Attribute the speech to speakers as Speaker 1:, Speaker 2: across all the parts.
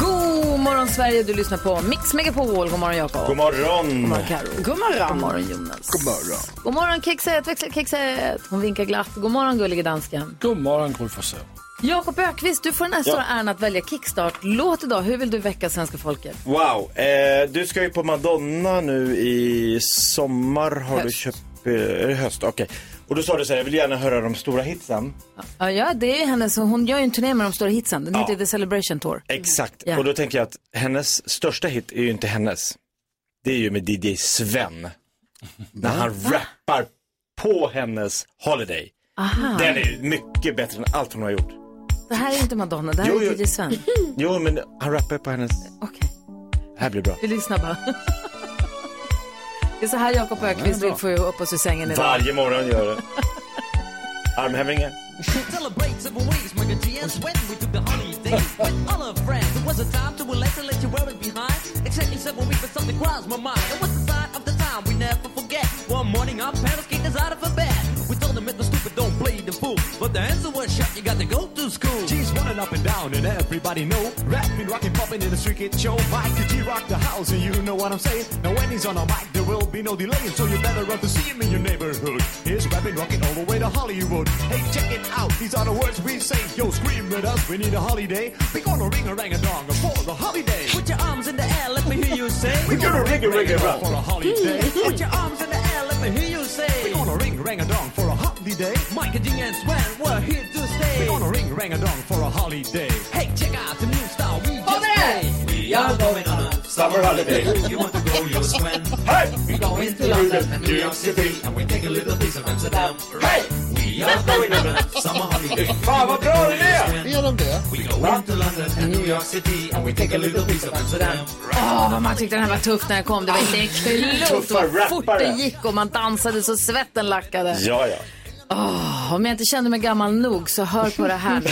Speaker 1: God morgon Sverige, du lyssnar på Mix Megapol. God morgon Jakob.
Speaker 2: God morgon!
Speaker 1: morgon Karo. God morgon. God morgon Jonas. God morgon. God morgon Kexet, växelkexet. Hon vinkar glatt. God morgon gullige dansken.
Speaker 3: God morgon, Gry Forssell.
Speaker 1: Jakob Ökvist, du får den här
Speaker 2: Ja.
Speaker 1: stora äran att välja kickstart-låt idag. Hur vill du väcka svenska folket?
Speaker 2: Wow, eh, du ska ju på Madonna nu i sommar har du
Speaker 1: Höst.
Speaker 2: köpt, eh, är det höst? Okej. Och då sa du så här, jag vill gärna höra de stora hitsen.
Speaker 1: Ja, ja det är ju hennes, hon gör ju en turné med de stora hitsen. Den heter The Celebration Tour.
Speaker 2: Exakt,
Speaker 1: Ja.
Speaker 2: och då tänker jag att hennes största hit är ju inte hennes. Det är ju med DJ Sven. När han rappar på hennes Holiday.
Speaker 1: Aha,
Speaker 2: Den är ju mycket bättre än allt hon har gjort.
Speaker 1: det här är inte Madonna, det här
Speaker 2: Jo,
Speaker 1: är
Speaker 2: jo.
Speaker 1: DJ Sven.
Speaker 2: Jo, men han rappar på hennes...
Speaker 1: Mm. Okej.
Speaker 2: Det här blir bra.
Speaker 1: Vi lyssnar bara. Det är så här Jakob Ökvist vill få upp oss ur sängen idag.
Speaker 2: Varje morgon gör det. Armhävningar.
Speaker 4: Celebrate several ways, Mercury and sweat. We took the holidays with all our friends. It was a time to relax and let you wear it behind. Exactly several weeks, but something crossed my mind. It was the sign of the time we never forget. One morning, our parents kicked us out of a bed. We told them it was stupid, don't play the fool. But the answer was shut, you got to go to school.
Speaker 5: G's running up and down and everybody know Rapping, rocking, popping in the street kid show Mike the G rock the house and you know what I'm saying Now when he's on a mic there will be no delay So you better run to see him in your neighborhood He's rapping, rocking all the way to Hollywood Hey check it out, these are the words we say Yo scream with us, we need a holiday We gonna ring a rang a dong for the holiday
Speaker 4: Put your arms in the air, let me hear you say.
Speaker 2: We gonna ring a ring a
Speaker 5: For a holiday
Speaker 4: Put your arms in the air, let me hear you
Speaker 5: We
Speaker 4: say.
Speaker 5: gonna ring rang a dong for a holiday
Speaker 4: Mike and Jing and Sven, we're here to stay.
Speaker 5: We gonna ring rang a dong for a holiday
Speaker 4: Hey, check out the new style we just
Speaker 1: there!
Speaker 4: made. We are going on a
Speaker 2: Summer holiday.
Speaker 4: You want to go, you'll swim.
Speaker 2: Hey!
Speaker 4: We're going to London and New York City. And we take a little piece of Amsterdam. Hey! We are going on a summer holiday.
Speaker 2: Fan vad bra den är!
Speaker 6: Är de det?
Speaker 4: We go into London and New York City. And we take a little piece of Amsterdam.
Speaker 1: Åh, vad man tyckte den här var tuff när den kom. Det var inte klokt
Speaker 2: Tuffa
Speaker 1: vad fort
Speaker 2: rappare.
Speaker 1: det gick och man dansade så svetten lackade.
Speaker 2: Ja, ja.
Speaker 1: Om jag inte kände mig gammal nog så hör på det här nu.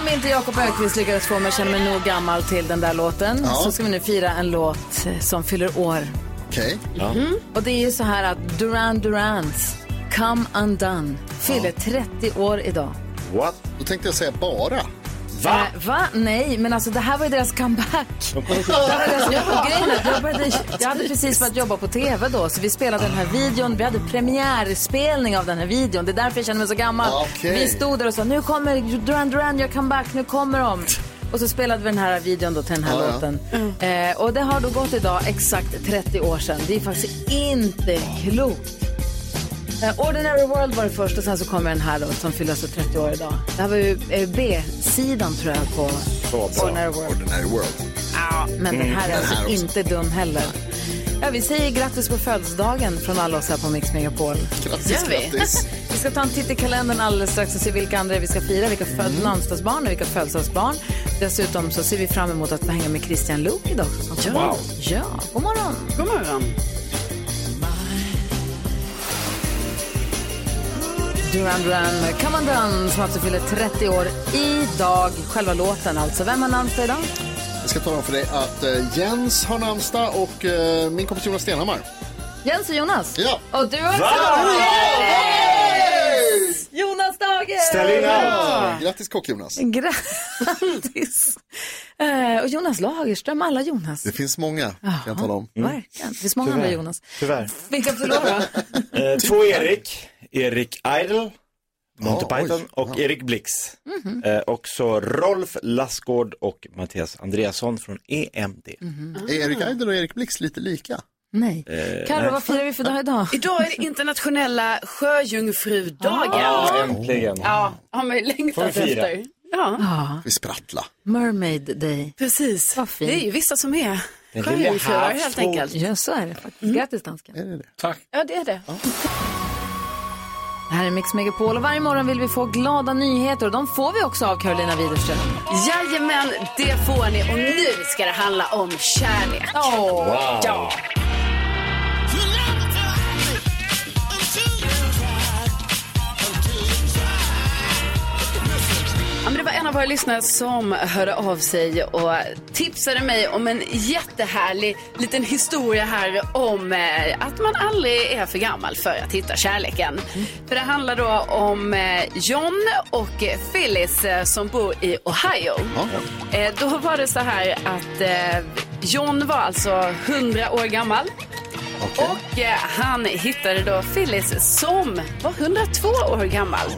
Speaker 1: Om inte Jakob Ökvist lyckades få mig att känna mig nog gammal till den där låten
Speaker 6: Ja.
Speaker 1: så ska vi nu fira en låt som fyller år.
Speaker 6: Okej.
Speaker 1: Mm.
Speaker 6: Mhm.
Speaker 1: Och det är ju så här att Duran Durans Come Undone fyller 30 år idag.
Speaker 2: What?
Speaker 6: Då tänkte jag säga bara.
Speaker 2: Va?
Speaker 1: Eh, va? Nej, men alltså det här var ju deras comeback. det här var deras, jag, var grejen, är att jag, började, jag hade precis börjat jobba på tv då, så vi spelade den här videon. Vi hade premiärspelning av den här videon. Det är därför jag känner mig så gammal.
Speaker 6: Okej.
Speaker 1: Vi stod där och sa, nu kommer Duran Duran, gör comeback, nu kommer de. Och så spelade vi den här videon då till den här
Speaker 6: Ja, ja.
Speaker 1: låten. Eh, och det har då gått idag exakt 30 år sedan. Det är faktiskt inte klokt. Eh, Ordinary World var det först och sen så kommer den här då som fyller alltså 30 år idag. Det här var ju eh, B-sidan tror jag på Ordinary World.
Speaker 6: Ordinary World.
Speaker 1: Ja,
Speaker 6: Mm.
Speaker 1: men den här är alltså
Speaker 6: här också.
Speaker 1: inte dum heller. Ja, vi säger grattis på födelsedagen från alla oss här på Mix Megapol.
Speaker 6: Grattis, grattis.
Speaker 1: Vi ska ta en titt i kalendern alldeles strax och se vilka andra vi ska fira, vilka föd-
Speaker 6: Mm.
Speaker 1: namnsdagsbarn och vilka födelsedagsbarn. Dessutom så ser vi fram emot att få hänga med Christian Luuk idag. Ja. Wow. ja, god morgon.
Speaker 7: God morgon.
Speaker 1: Duran Duran med Come On Down som alltså fyller 30 år idag. Själva låten alltså. Vem har namnsdag idag?
Speaker 6: Jag ska tala om för dig att eh, Jens har namnsdag och eh, min kompis Jonas Stenhammar.
Speaker 1: Jens och Jonas.
Speaker 6: Ja.
Speaker 1: Och du också. Yes! Jonas Dagen!
Speaker 2: Ställ in allt!
Speaker 6: Grattis Kock-Jonas.
Speaker 1: Grattis. Eh, och Jonas Lagerström, alla Jonas.
Speaker 6: Det finns många kan jag tala om. Mm.
Speaker 1: Verkligen. Det finns många andra Jonas.
Speaker 2: Tyvärr.
Speaker 1: Vilka förlorar?
Speaker 2: Eh, två Erik. Erik Idle, Monty
Speaker 6: Ja, Mhm. oj.
Speaker 2: Python och Erik Blix. Eh, också Rolf Lassgård och Mattias Andreasson från E EMD.
Speaker 6: Erik Eider och Erik Blix lite lika.
Speaker 1: Ah. Nej.
Speaker 4: Eh,
Speaker 1: Carro, vad firar vi för dag idag?
Speaker 7: Idag är det internationella sjöjungfrudagen.
Speaker 2: Ja, äntligen.
Speaker 7: Ja, har man ju
Speaker 2: Får vi
Speaker 7: längtat
Speaker 2: fira?
Speaker 7: efter. Ja,
Speaker 6: Vi sprattla.
Speaker 1: Mermaid Day.
Speaker 7: precis.
Speaker 1: Vad fint.
Speaker 7: Det är ju vissa som är
Speaker 2: är lilla
Speaker 7: sjöjungfrur helt
Speaker 2: havsfågel.
Speaker 7: enkelt.
Speaker 1: Ja, så är det faktiskt. Grattis dansken.
Speaker 6: Är det det?
Speaker 7: Ja, det är det.
Speaker 1: Det här är Mix Megapol och varje morgon vill vi få glada nyheter och de får vi också av Carolina Widerström.
Speaker 7: Jajamän, det får ni. Och nu ska det handla om kärlek.
Speaker 2: Wow.
Speaker 7: Ja. Ja, men det var en av våra lyssnare som hörde av sig och tipsade mig om en jättehärlig liten historia här om eh, att man aldrig är för gammal för att hitta kärleken. För det handlar då om eh, John och eh, Phyllis eh, som bor i Ohio. Eh, Då var det så här att eh, John var alltså 100 år gammal. Och eh, han hittade då Phyllis som var 102 år gammal.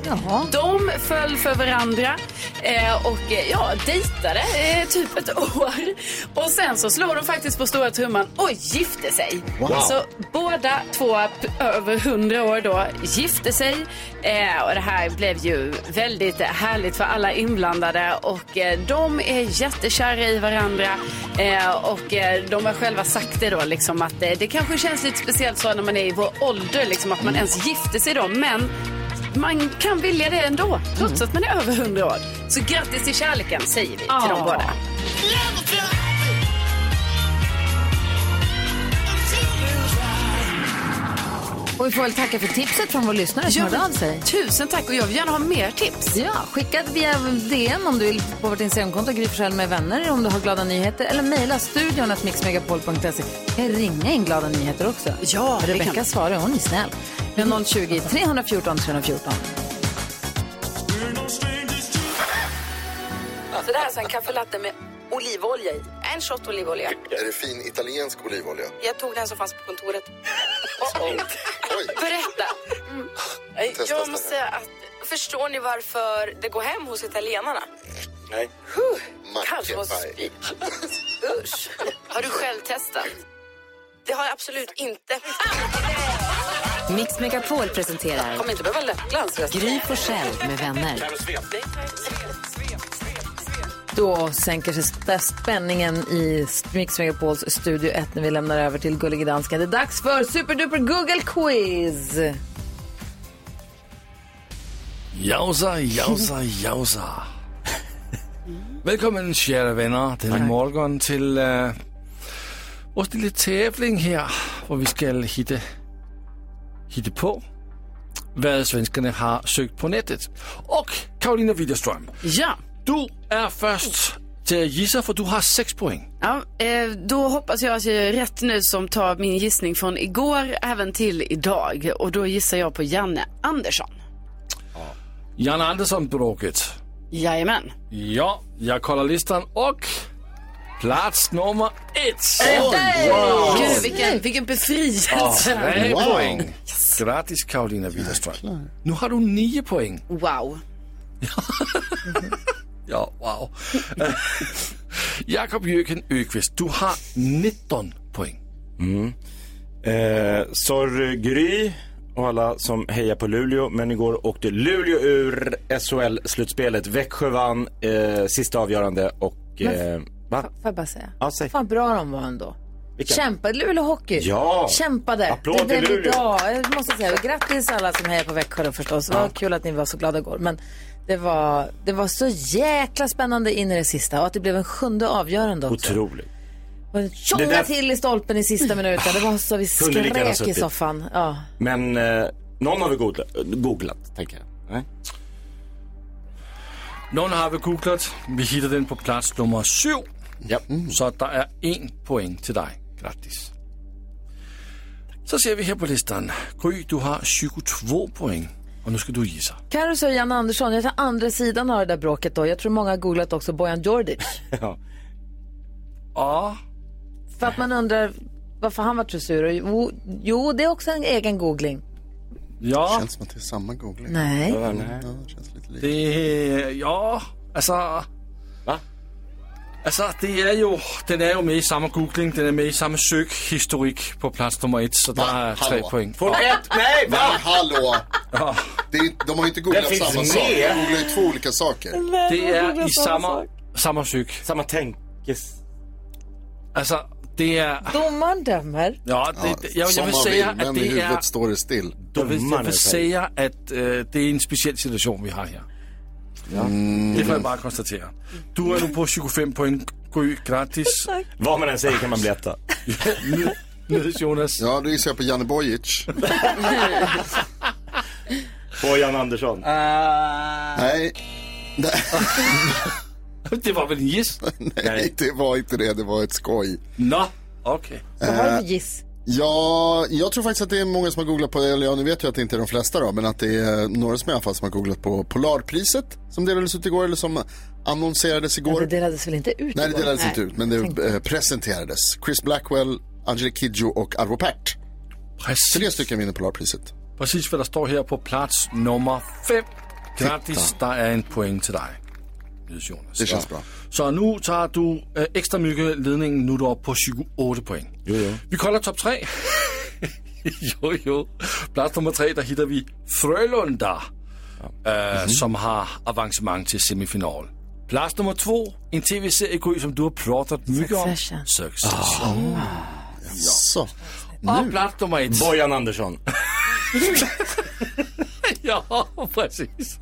Speaker 7: De föll för varandra eh, och eh, ja, dejtade eh, typ ett år. Och sen så slog de faktiskt på stora trumman och gifte sig. Så båda två p- över 100 år då gifte sig. Eh, och det här blev ju väldigt eh, härligt för alla inblandade och eh, de är jättekära i varandra. Eh, och eh, de har själva sagt det då liksom att eh, det kanske känns lite speciellt så när man är i vår ålder liksom att man ens gifter sig då. Men man kan vilja det ändå, trots att man är över 100 år. Så grattis till kärleken, säger vi till
Speaker 1: Ja.
Speaker 7: dem båda.
Speaker 1: Och vi får väl tacka för tipset från vår lyssnare som hörde av sig.
Speaker 7: Tusen tack och jag vill gärna ha mer tips.
Speaker 1: Ja, skicka ett via DN om du vill på vårt Instagramkonto, Gry Forssell med vänner om du har glada nyheter. Eller mejla studion att mixmegapol.se. Kan ringa in glada nyheter också.
Speaker 7: Ja, det
Speaker 1: Rebecka
Speaker 7: kan- Mm.
Speaker 1: svarar, hon är snäll. Vi har 020 314 314.
Speaker 7: Så Alltså, det här är så en kaffelatte med olivolja i. En shot olivolja.
Speaker 3: Är det fin italiensk olivolja?
Speaker 7: Jag tog den som fanns på kontoret.
Speaker 3: Oj. Mm.
Speaker 7: Berätta.
Speaker 3: Testa,
Speaker 7: Jag
Speaker 3: testa.
Speaker 7: måste säga att förstår ni varför det går hem hos italienarna?
Speaker 3: Nej.
Speaker 7: Kanske måste
Speaker 3: Mackepaj.
Speaker 7: spy. Usch. Har du själv testat? Det har jag absolut inte.
Speaker 8: Mix Megapol presenterar
Speaker 7: Kommer inte behöva läppglans resten.
Speaker 8: Gry Forssell med vänner.
Speaker 1: Då sänker sig st- spänningen i Mix Megapols studio 1 när vi lämnar över till Gullige Dansken. Det är dags för Superduper Google Quiz!
Speaker 9: Jausa, jausa, jausa. Välkommen kära vänner denna morgon till uh, vår lilla tävling här. Där vi ska hitta, hitta på vad svenskarna har sökt på nätet. Och Karolina Widerström,
Speaker 7: Ja.
Speaker 9: du är först till att gissa för du har sex poäng.
Speaker 7: Ja, eh, då hoppas jag att jag är rätt nu som tar min gissning från igår även till idag. Och då gissar jag på Janne Andersson.
Speaker 9: Janne Andersson-bråket.
Speaker 7: Jajamän.
Speaker 9: Ja, jag kollar listan och plats nummer ett.
Speaker 7: Gud, vilken, vilken befrielse.
Speaker 9: Tre poäng. Grattis Karolina Widerström. Nu har du nio poäng.
Speaker 7: Wow.
Speaker 9: Ja, wow. Eh, Jakob Jöken Öqvist, du har 19 poäng.
Speaker 2: Mm. Eh, sorry Gry och alla som hejar på Luleå. Men igår åkte Luleå ur SHL-slutspelet. Växjö vann eh, sista avgörande och... Eh, va?
Speaker 1: Får jag bara säga?
Speaker 2: Ja, säg.
Speaker 1: Fan bra de var ändå. Kämpade, Luleå Hockey.
Speaker 2: Ja.
Speaker 1: Kämpade.
Speaker 2: Applåd
Speaker 1: det
Speaker 2: till
Speaker 1: blev
Speaker 2: Luleå.
Speaker 1: bra. Jag måste säga grattis alla som hejar på Växjö då förstås. Vad kul att ni var så glada igår. Men det var, det var så jäkla spännande in i det sista och att det blev en sjunde avgörande också.
Speaker 2: Otroligt.
Speaker 1: Och en tjonga
Speaker 2: Det där-
Speaker 1: till i stolpen i sista minuten. Det var så vi
Speaker 2: Kunde lika gärna
Speaker 1: skrek i
Speaker 2: suttit.
Speaker 1: soffan. Ja.
Speaker 2: Men eh, någon har vi googlat, googlat tänker jag. Nej?
Speaker 9: Någon har vi googlat. Vi hittar den på plats nummer sju.
Speaker 2: Ja.
Speaker 9: Så det är en poäng till dig. Grattis. Så ser vi här på listan. Gry, du har 22 poäng. Och nu ska du gissa.
Speaker 1: Carro och Janne Andersson, jag tar andra sidan av det där bråket då. Jag tror många har googlat också Bojan Djordjic.
Speaker 2: Ja.
Speaker 9: Ja,
Speaker 1: För att man undrar varför han var så sur. Och Jo, jo, det är också en egen googling.
Speaker 9: ja.
Speaker 3: Känns som att det är samma googling.
Speaker 1: Nej.
Speaker 3: Ja, det känns lite lika.
Speaker 9: Det, ja, alltså...
Speaker 2: Liksom. Va?
Speaker 9: Altså, det er jo, den er jo med i samme googling, den er med i samme søghistorik på plads nummer et, så der
Speaker 3: Hva?
Speaker 9: er tre
Speaker 3: Hallo?
Speaker 9: point.
Speaker 2: Får ett? Nej,
Speaker 3: Men
Speaker 2: va?
Speaker 3: hallå! Det är, de har ju inte
Speaker 2: Den
Speaker 3: googlat
Speaker 2: finns
Speaker 3: samma
Speaker 2: med.
Speaker 3: sak. De googlar ju två olika saker.
Speaker 9: Det er i samme, samme søg.
Speaker 2: Samma tänkes...
Speaker 9: Altså, Det är...
Speaker 1: Domaren dömer.
Speaker 9: Ja, det, jag, jag
Speaker 3: som
Speaker 9: vill
Speaker 3: man
Speaker 9: säga
Speaker 3: vill, men
Speaker 9: att
Speaker 3: i
Speaker 9: det
Speaker 3: huvudet
Speaker 9: är...
Speaker 3: står det still.
Speaker 9: Jag vill, jag vill säga att eh, det är en speciell situation vi har här.
Speaker 3: Mm.
Speaker 9: Det får jag bara konstatera. Du är nu på 25 poäng, Gry. Grattis.
Speaker 2: Vad man än säger kan man bli etta.
Speaker 9: Jonas.
Speaker 3: Ja, då gissar jag på Janne Bojic.
Speaker 2: På Jan Andersson.
Speaker 9: Äh.
Speaker 3: Nej.
Speaker 9: det var väl en giss?
Speaker 3: Nej, det var inte det. Det var ett skoj. Äh,
Speaker 9: Nå, okej.
Speaker 1: Vad var det för
Speaker 3: eh,
Speaker 1: giss?
Speaker 3: Ja, jag tror faktiskt att det är många som har googlat på, eller ja, nu vet jag att det inte är de flesta då, men att det är några som i alla fall som har googlat på Polarpriset som delades ut igår, eller som annonserades igår.
Speaker 1: Det delades väl inte
Speaker 3: Nej,
Speaker 1: ut?
Speaker 3: det
Speaker 1: igår?
Speaker 3: delades inte ut, men
Speaker 1: Tänk.
Speaker 3: det eh, presenterades. Chris Blackwell, Angelique Kidjo och Arvo Pärt. Tre stycken vinner Polarpriset.
Speaker 9: Precis vad der står her på plats nummer 5. Grattis, der er en point til dig. Lydes Jonas.
Speaker 3: Det känns bra.
Speaker 9: Så nu tager du øh, ekstra mycket ledningen, nu er du oppe på 28 point.
Speaker 2: Jo, jo.
Speaker 9: Vi kolder top 3. jo, jo. Plads nummer 3, der hitter vi Frölunda, øh, som har avancement til semifinal. Plads nummer 2, en tv-serie, Gry, som du har plottet mycket om.
Speaker 1: Succession.
Speaker 9: Succession.
Speaker 3: Så.
Speaker 9: Og plads nummer 1.
Speaker 2: Bojan Andersson.
Speaker 9: ja, præcis.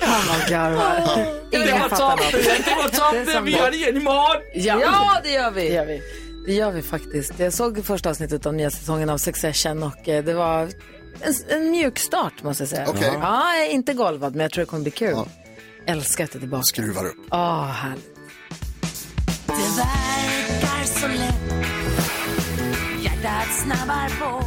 Speaker 1: Han var garvar.
Speaker 9: Det
Speaker 1: Ingen
Speaker 9: var
Speaker 1: fattar
Speaker 9: toppen,
Speaker 1: något.
Speaker 9: det var
Speaker 1: Det är
Speaker 9: toppen.
Speaker 1: som
Speaker 9: Vi gör det igen imorgon.
Speaker 1: Ja, det gör vi. Det gör vi. Det gör vi faktiskt. Jag såg första avsnittet av nya säsongen av Succession och eh, det var en, en mjuk start måste jag säga.
Speaker 3: Okej.
Speaker 1: Ja, jag är inte golvad men jag tror det kommer bli kul. Älskar att det är tillbaka.
Speaker 3: Skruvar upp.
Speaker 1: Åh, härligt.
Speaker 8: Det verkar så lätt Hjärtat snabbar på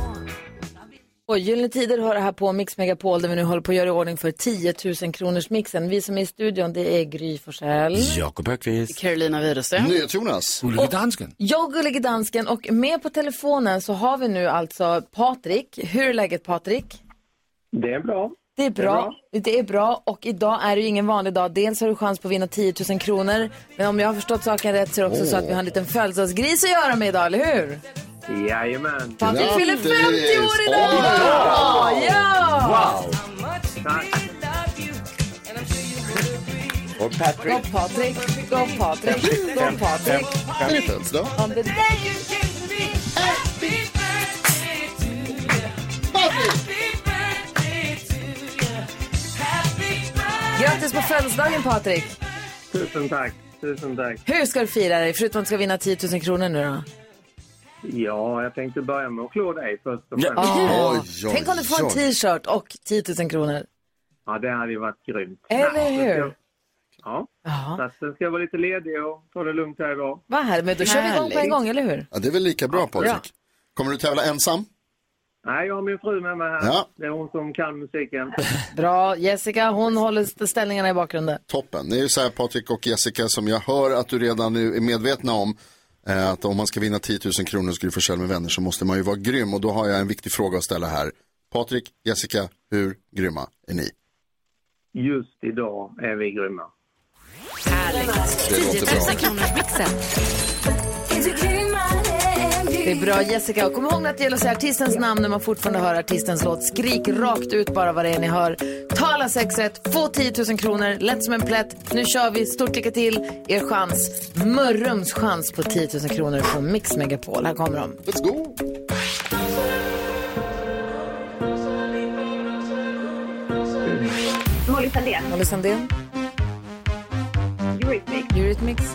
Speaker 1: Och Gyllene Tider har det här på Mix Megapol där vi nu håller på att göra i ordning för 10 000 kronors mixen. Vi som är i studion det är Gry Forssell.
Speaker 2: Jakob Högqvist.
Speaker 7: Carolina Widerström.
Speaker 3: NyhetsJonas.
Speaker 9: Ulrika Dansken.
Speaker 1: Jag, Gullige Dansken och med på telefonen så har vi nu alltså Patrik. Hur är läget Patrik?
Speaker 10: Det är bra.
Speaker 1: Det är bra. Det är bra och idag är det ju ingen vanlig dag. Dels har du chans på att vinna 10 000 kronor. Men om jag har förstått saken rätt så är det också så att vi har en liten födelsedagsgris att göra med idag, eller hur?
Speaker 10: Jajamän.
Speaker 1: Patrik
Speaker 3: Grattis!
Speaker 1: fyller 50 år idag!
Speaker 3: Oj!
Speaker 1: Ja!
Speaker 2: Och Patrick.
Speaker 1: Gå Patrik, gå Patrik, gå Patrik.
Speaker 3: Är det födelsedag?
Speaker 1: Om det Grattis på födelsedagen Patrik!
Speaker 10: Tusen tack. Tusen tack.
Speaker 1: Hur ska du fira dig? Förutom att du ska vinna 10 000 kronor nu då?
Speaker 10: Ja, jag tänkte börja med att klå dig först och främst. Ja,
Speaker 1: Åh,
Speaker 3: oj,
Speaker 1: Tänk om du får en
Speaker 3: oj.
Speaker 1: t-shirt och 10 000 kronor.
Speaker 10: det hade ju varit grymt.
Speaker 1: Eller
Speaker 10: Ja,
Speaker 1: hur?
Speaker 10: Ja, så
Speaker 1: Ja.
Speaker 10: att sen ska jag vara lite ledig och ta det lugnt här idag.
Speaker 1: Vad härligt. Men då kör vi igång på en
Speaker 7: Härligt.
Speaker 1: gång, eller hur?
Speaker 3: Ja, det är väl lika bra
Speaker 1: Bra.
Speaker 3: Patrik. Kommer du tävla ensam?
Speaker 10: Nej, jag har min fru med mig här.
Speaker 3: Ja.
Speaker 10: Det är hon som kan musiken.
Speaker 1: Bra. Jessica, hon håller st- ställningarna i bakgrunden.
Speaker 3: Toppen. Det är ju så här Patrik och Jessica som jag hör att du redan nu är medvetna om. eh, Att om man ska vinna 10 000 kronor skulle för själv med vänner så måste man ju vara grym. Och då har jag en viktig fråga att ställa här. Patrik, Jessica, hur grymma är ni?
Speaker 10: Just idag är vi grymma.
Speaker 8: Härligt
Speaker 3: Det låter
Speaker 8: 10 000
Speaker 3: bra.
Speaker 8: kronors mixen
Speaker 1: Det är bra Jessica. Och kom ihåg att det gäller att säga artistens namn när man fortfarande hör artistens låt. Skrik rakt ut bara vad det är ni hör. Tala sex rätt, få 10 000 kronor, lätt som en plätt. Nu kör vi, stort lycka till. Er chans, Mörrums chans på 10 000 kronor på Mix Megapol. Här kommer de.
Speaker 3: Let's go!
Speaker 11: Molly Sandén,
Speaker 1: Molly Sandén,
Speaker 11: Eurythmics.
Speaker 1: Eurythmics,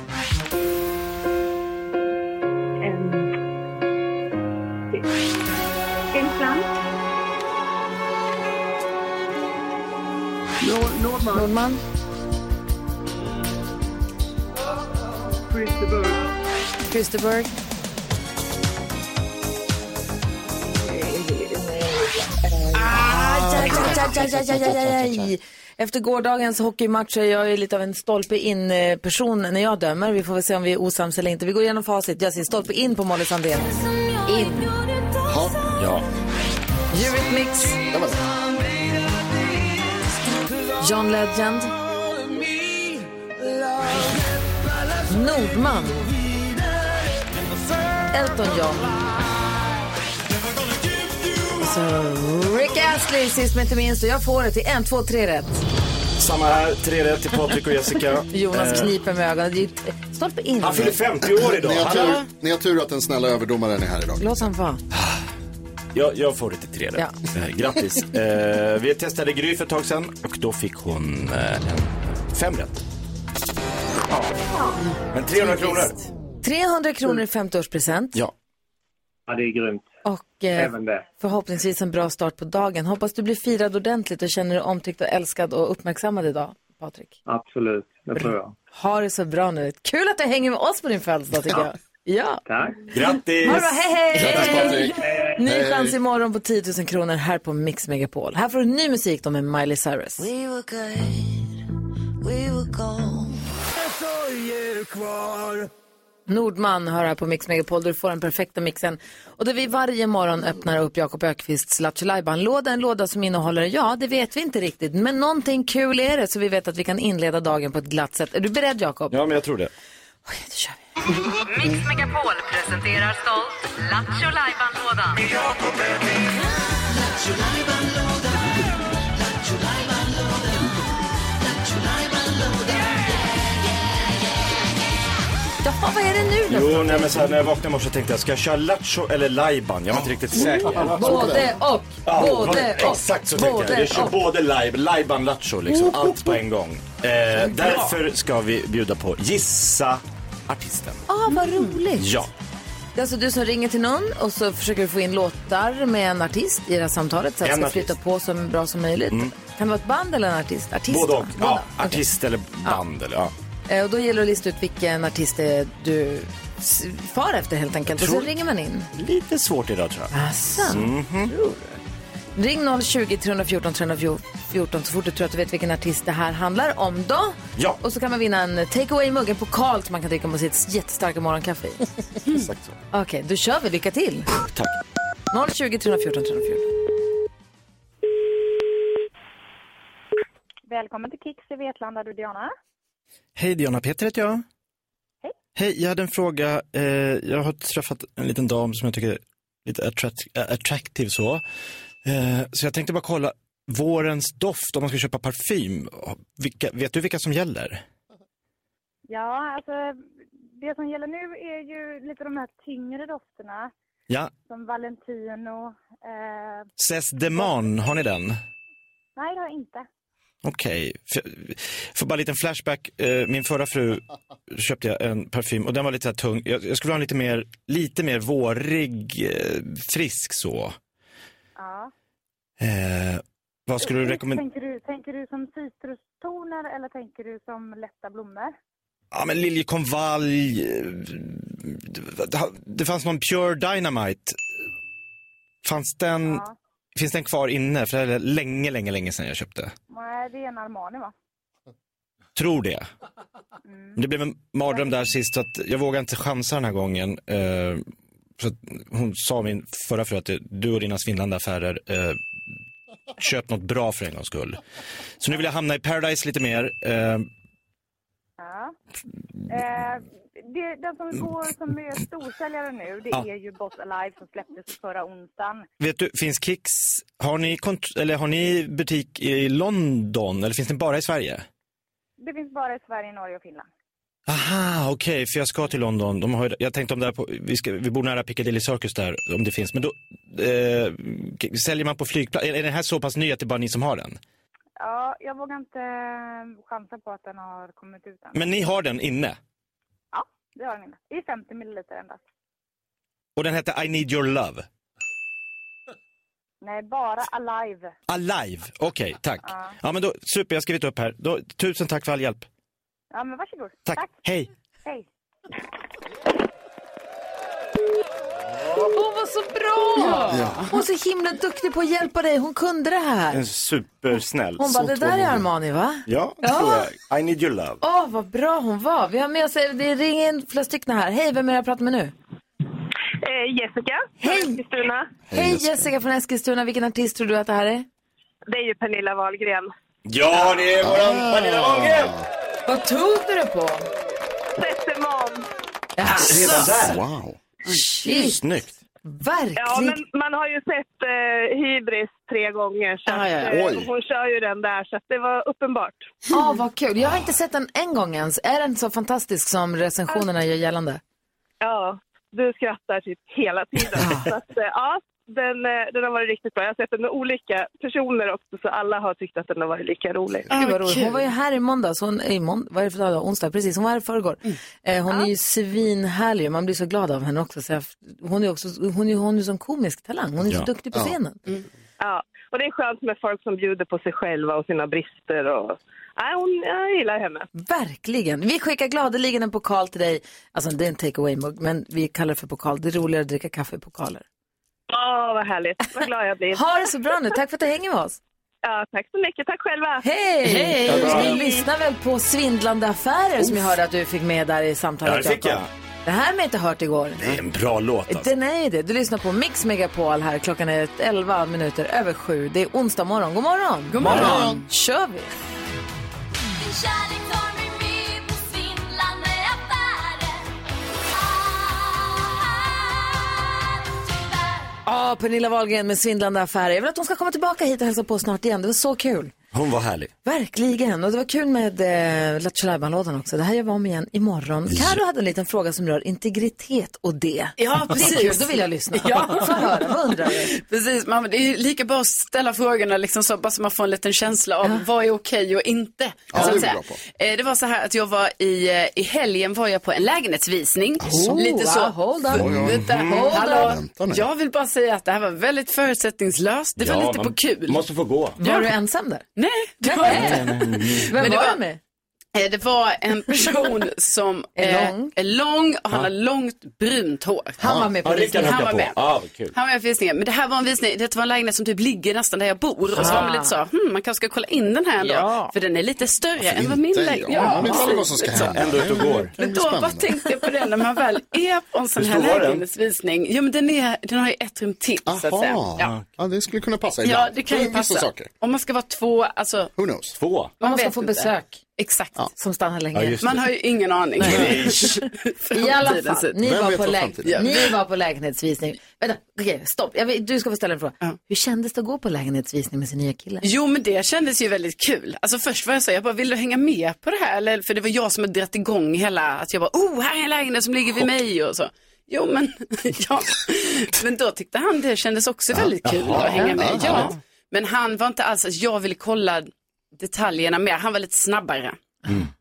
Speaker 11: ehm, James Blunt.
Speaker 10: Nor- Norman,
Speaker 1: Nordman,
Speaker 10: Christer Burg,
Speaker 1: Christerberg, Aj, aj, aj, aj, aj, aj, aj, aj. Efter gårdagens hockeymatch är jag ju lite av en stolpe in-person när jag dömer. Vi får väl se om vi är osams eller inte. Vi går igenom facit. Jag säger stolpe in på Molly Sandén. In.
Speaker 3: Ja,
Speaker 2: Ja.
Speaker 1: Eurythmics.
Speaker 3: det var det.
Speaker 1: John Legend. Nordman. Elton John. Så Rick Astley sist men inte minst och jag får det till en, två, tre rätt.
Speaker 2: Samma här, tre rätt till Patrik och Jessica. Eh,
Speaker 1: Jonas kniper med ögonen. Det är ju t- milstolpe in.
Speaker 4: Han fyller 50 år idag.
Speaker 3: Ni har, tur,
Speaker 1: Ja.
Speaker 3: ni har tur att den snälla överdomaren är här idag.
Speaker 1: Låt han vara.
Speaker 4: Jag, jag får det till tre där.
Speaker 1: Ja.
Speaker 4: Eh, Grattis. eh, vi testade Gry för ett tag sedan och då fick hon eh, en- fem rätt. Ja. Men 300 kronor.
Speaker 1: 300 kronor i 50-årspresent.
Speaker 4: Ja.
Speaker 10: Ja, det är grymt.
Speaker 1: Och eh,
Speaker 10: Även det.
Speaker 1: förhoppningsvis en bra start på dagen. Hoppas du blir firad ordentligt och känner dig omtyckt och älskad och uppmärksammad idag, Patrik.
Speaker 10: Absolut, det tror jag.
Speaker 1: Ha det så bra nu. Kul att du hänger med oss på din födelsedag tycker jag. Ja.
Speaker 10: Tack.
Speaker 4: Grattis!
Speaker 1: Ha det bra, hej hej!
Speaker 10: Grattis, Patrik.
Speaker 1: Ny
Speaker 10: Hej.
Speaker 1: chans imorgon på 10 000 kronor här på Mix Megapol. Här får du ny musik då med Miley Cyrus.
Speaker 12: We were good, we were gold.
Speaker 1: Nordman hör här på Mix Megapol där du får den perfekta mixen. Och där vi varje morgon öppnar upp Jakob Ökvists Lattjo låda En låda som innehåller, ja det vet vi inte riktigt, men någonting kul är det så vi vet att vi kan inleda dagen på ett glatt sätt. Är du beredd Jakob?
Speaker 4: Ja, men jag tror det.
Speaker 13: Mix Megapol presenterar stolt Lattjo Lajban-lådan.
Speaker 1: Jaha, vad är det nu då?
Speaker 4: Jo, nej, men så här, när jag vaknade i morse tänkte jag, ska jag köra Lattjo eller Lajban? Jag var inte riktigt säker.
Speaker 1: Både och,
Speaker 4: Ja,
Speaker 1: både
Speaker 4: vad-
Speaker 1: och.
Speaker 4: Exakt så
Speaker 1: både
Speaker 4: tänker jag. Jag kör
Speaker 1: och.
Speaker 4: både live, Lajban Lattjo liksom. Allt på en gång. Eh, därför ska vi bjuda på Gissa artisten.
Speaker 1: Ah, vad roligt.
Speaker 4: Ja.
Speaker 1: Det är alltså du som ringer till någon och så försöker du få in låtar med en artist i det här samtalet så att det
Speaker 4: En
Speaker 1: ska
Speaker 4: artist.
Speaker 1: flytta på så bra som möjligt.
Speaker 4: Mm.
Speaker 1: Kan det vara ett band eller en artist? artist
Speaker 4: Både
Speaker 1: va?
Speaker 4: och. Ja, artist eller band eller ja.
Speaker 1: Eh, Och då gäller det att lista ut vilken artist det är du s- far efter helt enkelt. Och så
Speaker 4: Tror-
Speaker 1: ringer man in.
Speaker 4: Lite svårt idag tror jag. Mhm.
Speaker 1: Asså. Tror du? Ring 020 314 314 så fort du tror att du vet vilken artist det här handlar om då.
Speaker 4: Ja.
Speaker 1: Och så kan man vinna en takeaway-mugg, en pokal som man kan dricka med sitt jättestarka morgonkaffe i.
Speaker 4: Exakt så.
Speaker 1: Okej, då kör vi. Lycka till.
Speaker 4: Tack.
Speaker 1: 020 314 314.
Speaker 11: Välkommen till Kicks i Vetlanda, du Diana.
Speaker 2: Hej, Diana Peter heter jag. Hej, jag hade en fråga. Eh, jag har träffat en liten dam som jag tycker är lite attract- eh, attractive så. Eh, så jag tänkte bara kolla, vårens doft om man ska köpa parfym, vilka, vet du vilka som gäller?
Speaker 11: Ja, alltså det som gäller nu är ju lite de här tyngre dofterna
Speaker 2: Ja,
Speaker 11: som Valentino. Eh,
Speaker 2: Cess Deman, har ni den?
Speaker 11: nej, det har jag inte.
Speaker 2: Okej, för, för bara en liten flashback. Eh, Min förra fru köpte jag en parfym och den var lite så här tung. Jag, jag skulle ha en lite mer, lite mer vårig, eh, frisk så.
Speaker 11: Ja.
Speaker 2: Eh, vad skulle du rekommendera?
Speaker 11: tänker, du, tänker du som citrustoner eller tänker du som lätta blommor?
Speaker 2: Ja men liljekonvalj. eh, det- Det fanns någon Pure Dynamite. Fanns den, finns den kvar inne? För det är länge, länge, länge sedan jag köpte.
Speaker 11: Nej, det är en Armani va?
Speaker 2: Tror det. Det blev en mardröm där sist så att jag vågar inte chansa den här gången. Eh, så att hon sa min förra fru att det- du och dina svindlande affärer, eh, köp något bra för en gångs skull. Så nu vill jag hamna i paradise lite mer. Eh,
Speaker 11: Ja. Eh, det, den som går som är storsäljare nu, det
Speaker 2: Ja.
Speaker 11: är ju Boss Alive som släpptes förra onsdagen.
Speaker 2: vet du, finns Kicks, har ni, kont- eller har ni butik i London eller finns den bara i Sverige?
Speaker 11: Det finns bara i Sverige, Norge och Finland.
Speaker 2: Aha, okej, för jag ska till London. De har, ju- jag tänkte om där på, vi, ska, vi bor nära Piccadilly Circus där, om det finns. Men då, eh, k- säljer man på flygplats? Är är den här så pass ny att det är bara ni som har den?
Speaker 11: Ja, jag vågar inte eh, chansa på att den har kommit ut än.
Speaker 2: Men ni har den inne?
Speaker 11: Ja, det har den inte. I 50 milliliter endast.
Speaker 2: Och den hette I need your love?
Speaker 11: Nej, bara Alive.
Speaker 2: Alive? Okej, tack.
Speaker 11: Ja.
Speaker 2: Ja men då, super, jag har skrivit upp här. Då, tusen tack för all hjälp.
Speaker 11: Ja, men varsågod.
Speaker 2: Tack. Hej.
Speaker 11: Hej.
Speaker 1: Hon var så bra!
Speaker 4: Ja.
Speaker 1: Hon är så himla duktig på att hjälpa dig. Hon kunde det här.
Speaker 4: En supersnäll.
Speaker 1: Hon bara, det där är Armani va?
Speaker 4: Ja,
Speaker 1: Ja.
Speaker 4: ja. I need your love.
Speaker 1: Åh, vad bra hon var. Vi har med oss, det ringer in flera stycken här. Hej, vem är det jag pratar med nu?
Speaker 14: Jessica
Speaker 1: Hej!
Speaker 14: Kristina.
Speaker 1: Hej, Jessica från Eskilstuna. Vilken artist tror du att det här är?
Speaker 14: Det är ju Pernilla Wahlgren.
Speaker 4: Ja, det är våran Pernilla Wahlgren!
Speaker 1: Vad tog du det på?
Speaker 14: Seseman.
Speaker 1: Jaså?
Speaker 4: Redan där?
Speaker 3: Wow.
Speaker 1: Shit.
Speaker 4: Snyggt.
Speaker 1: Verkligen.
Speaker 14: Ja, men man har ju sett eh, Hybris tre gånger. Så
Speaker 1: Ah, Ja, ja,
Speaker 14: att,
Speaker 1: ja.
Speaker 14: eh,
Speaker 1: Oj.
Speaker 14: hon kör ju den där, så att det var uppenbart.
Speaker 1: Ja, vad kul. Jag har inte sett den en gång ens. Är den så fantastisk som recensionerna gör gällande?
Speaker 14: Ja, du skrattar typ hela tiden.
Speaker 1: Ah.
Speaker 14: så att, eh, ja, den, eh, den har varit riktigt bra. Jag har sett den med olika personer också, så alla har tyckt att den har varit lika rolig.
Speaker 1: Gud, Ah, vad roligt. Hon var ju här i måndags. Hon, i månd- vad är det för dag? Onsdag, precis. Hon var här i förrgår. Eh, hon är ju svinhärlig. Man blir så glad av henne också. Så jag, hon är också hon är, hon är som komisk talang. Hon är så duktig på scenen.
Speaker 14: Mm. Ja, och det är skönt med folk som bjuder på sig själva och sina brister. Och... Nej, hon, jag gillar henne.
Speaker 1: Verkligen. Vi skickar gladeligen en pokal till dig. Alltså det är en take away-mugg, men vi kallar det för pokal. Det är roligare att dricka kaffe i pokaler.
Speaker 14: Åh, vad härligt. Vad glad jag blir.
Speaker 1: Ha det så bra nu. Tack för att du hänger med oss.
Speaker 14: Ja, tack så mycket. Tack själva.
Speaker 1: Hej!
Speaker 14: Tack.
Speaker 1: Du lyssnar väl på svindlande affärer som jag
Speaker 14: Uff.
Speaker 1: hörde att du fick med där i samtalet.
Speaker 2: Ja, det fick
Speaker 1: Jakob. Det här har man inte hört igår.
Speaker 2: Det är en bra låt alltså.
Speaker 1: Den är ju det. Du lyssnar på Mix Megapol här. Klockan är 11 minuter över sju. Det är onsdag morgon. God morgon! God
Speaker 2: morgon.
Speaker 1: kör vi! Ja, Pernilla Wahlgren med svindlande affärer. Jag vill att hon ska komma tillbaka hit och hälsa på snart igen. Det var så kul.
Speaker 2: Hon var härlig.
Speaker 1: Verkligen. Och det var kul med eh, Lattjo Lajban-lådan också. Det här gör vi om igen imorgon. Carro hade en liten fråga som rör integritet och det.
Speaker 7: Ja,
Speaker 1: Det är
Speaker 7: precis.
Speaker 1: kul, då vill jag lyssna.
Speaker 7: Ja.
Speaker 1: Få höra, vad undrar du?
Speaker 7: Precis, mamma, det är ju lika bra att ställa frågorna liksom så, bara så man får en liten känsla av vad är okej och inte.
Speaker 15: Ja, det
Speaker 7: så
Speaker 15: är
Speaker 7: att
Speaker 15: vi
Speaker 7: säga.
Speaker 15: bra på.
Speaker 7: Eh, det var så här att jag var i, eh, i helgen var jag på en lägenhetsvisning.
Speaker 15: Oh,
Speaker 7: Lite så.
Speaker 15: ah, hold on. Oj, oj.
Speaker 7: Vänta,
Speaker 15: Mhm.
Speaker 7: hallå.
Speaker 15: Vänta nu.
Speaker 7: Jag vill bara säga att det här var väldigt förutsättningslöst. Det var
Speaker 2: Ja,
Speaker 7: lite
Speaker 2: man
Speaker 7: på kul.
Speaker 2: Måste få gå.
Speaker 1: Var du ensam där?
Speaker 7: Nej, det var jag inte.
Speaker 1: Vem
Speaker 7: Men det
Speaker 1: var
Speaker 7: var-
Speaker 1: du med?
Speaker 7: Eh, Det var en person som
Speaker 1: Är
Speaker 7: eh,
Speaker 1: lång.
Speaker 7: är lång och han
Speaker 1: Ja.
Speaker 7: har långt brunt hår.
Speaker 1: Han var med på Ja, Rickard visningen.
Speaker 7: Han
Speaker 1: hakar
Speaker 7: var
Speaker 1: på.
Speaker 7: med.
Speaker 1: Ah, vad kul.
Speaker 7: Han var med på visningen. Men det här var en visning, det var en lägenhet som typ ligger nästan där jag bor. Och så var man
Speaker 1: Ah.
Speaker 7: lite så, hmm, man kanske ska kolla in den här ändå. För den är lite större än vad min
Speaker 2: inte?
Speaker 7: lägenhet
Speaker 2: Ja, man vet aldrig vad som
Speaker 7: precis.
Speaker 2: ska hända. Ändå ute och går. Det
Speaker 7: Men
Speaker 2: blir
Speaker 7: då
Speaker 2: spännande.
Speaker 7: bara tänkte jag på det när man väl är på en sån
Speaker 2: Hur
Speaker 7: här
Speaker 2: stor var den?
Speaker 7: lägenhetsvisning. Ja, men den, är, den har ju ett rum till så att säga.
Speaker 3: Jaha,
Speaker 7: Ja.
Speaker 3: ja. det skulle kunna passa ibland.
Speaker 7: Ja, det kan ju
Speaker 3: Vissa
Speaker 7: passa.
Speaker 3: Saker.
Speaker 7: Om man ska vara två, alltså
Speaker 3: Who knows?
Speaker 2: Två?
Speaker 1: Man
Speaker 7: vet
Speaker 1: ska få
Speaker 7: inte.
Speaker 1: besök.
Speaker 7: Exakt.
Speaker 1: Som stannar länge.
Speaker 7: man har ju ingen aning.
Speaker 1: I alla fall,
Speaker 7: Framtiden.
Speaker 1: ni
Speaker 7: Vem
Speaker 1: var,
Speaker 7: vet
Speaker 1: på
Speaker 7: vad
Speaker 1: läg-
Speaker 7: framtiden är?
Speaker 1: ni var på lägenhetsvisning. Vänta, okej, stopp. Jag vill, du ska få ställa en fråga. Hur kändes det att gå på lägenhetsvisning med sin nya kille?
Speaker 7: Jo, men det kändes ju väldigt kul. Alltså först var jag så här, jag bara, vill du hänga med på det här? Eller, för det var jag som hade dragit igång hela, att jag bara, oh, här är en lägenhet som ligger vid mig och så. Jo, men, ja. men då tyckte han det kändes också väldigt kul
Speaker 15: Jaha.
Speaker 7: att hänga med.
Speaker 15: Ja,
Speaker 7: Ja.
Speaker 15: härligt.
Speaker 7: Men han var inte alls, alltså, jag ville kolla detaljerna mer, han var lite snabbare.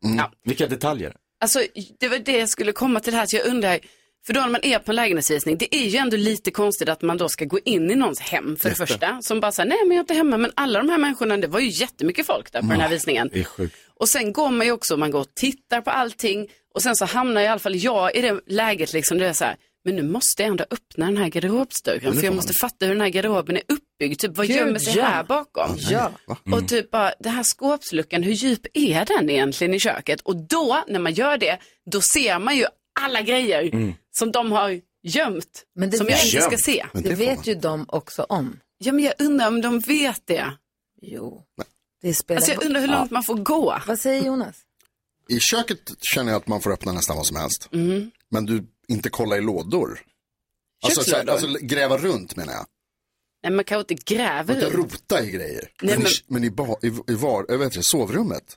Speaker 2: Mm. Vilka detaljer?
Speaker 7: Alltså, det var det jag skulle komma till här, så jag undrar, för då när man är på en lägenhetsvisning, det är ju ändå lite konstigt att man då ska gå in i någons hem för det
Speaker 15: Jätte.
Speaker 7: första. Som bara säger, nej men jag är inte hemma, men alla de här människorna, det var ju jättemycket folk där på den här
Speaker 15: Mm.
Speaker 7: visningen.
Speaker 2: Det är sjukt.
Speaker 7: Och sen går man ju också, man går och tittar på allting och sen så hamnar i alla fall jag i det läget liksom, det är så här, men nu måste jag ändå öppna den här garderobsdörren
Speaker 15: Ja, det
Speaker 7: för jag
Speaker 15: får
Speaker 7: måste
Speaker 15: man.
Speaker 7: fatta hur den här garderoben är uppbyggd, typ vad
Speaker 15: Gud,
Speaker 7: gömmer sig
Speaker 15: ja.
Speaker 7: här bakom?
Speaker 15: Ja.
Speaker 3: Mm.
Speaker 7: Och typ bara, den här skåpsluckan, hur djup är den egentligen i köket? Och då, när man gör det, då ser man ju alla grejer
Speaker 3: Mm.
Speaker 7: som de har gömt,
Speaker 1: Men det
Speaker 7: som jag
Speaker 1: vet,
Speaker 7: inte ska se.
Speaker 1: Det, vet ju de också om.
Speaker 7: Ja, men jag undrar om de vet det.
Speaker 1: Jo. Det spelar
Speaker 7: Alltså jag undrar hur långt man får gå.
Speaker 1: Vad säger Jonas?
Speaker 3: I köket känner jag att man får öppna nästan vad som helst.
Speaker 7: Mm.
Speaker 3: Men du, inte kolla i lådor. Alltså, så här,
Speaker 7: Kökslådor?
Speaker 3: alltså gräva runt menar jag.
Speaker 7: Nej, man kanske inte gräver
Speaker 3: Man kan
Speaker 7: ut.
Speaker 3: rota i grejer.
Speaker 7: Nej,
Speaker 3: men,
Speaker 7: men-
Speaker 3: i, men i, ba, i, i var, jag vet inte, sovrummet.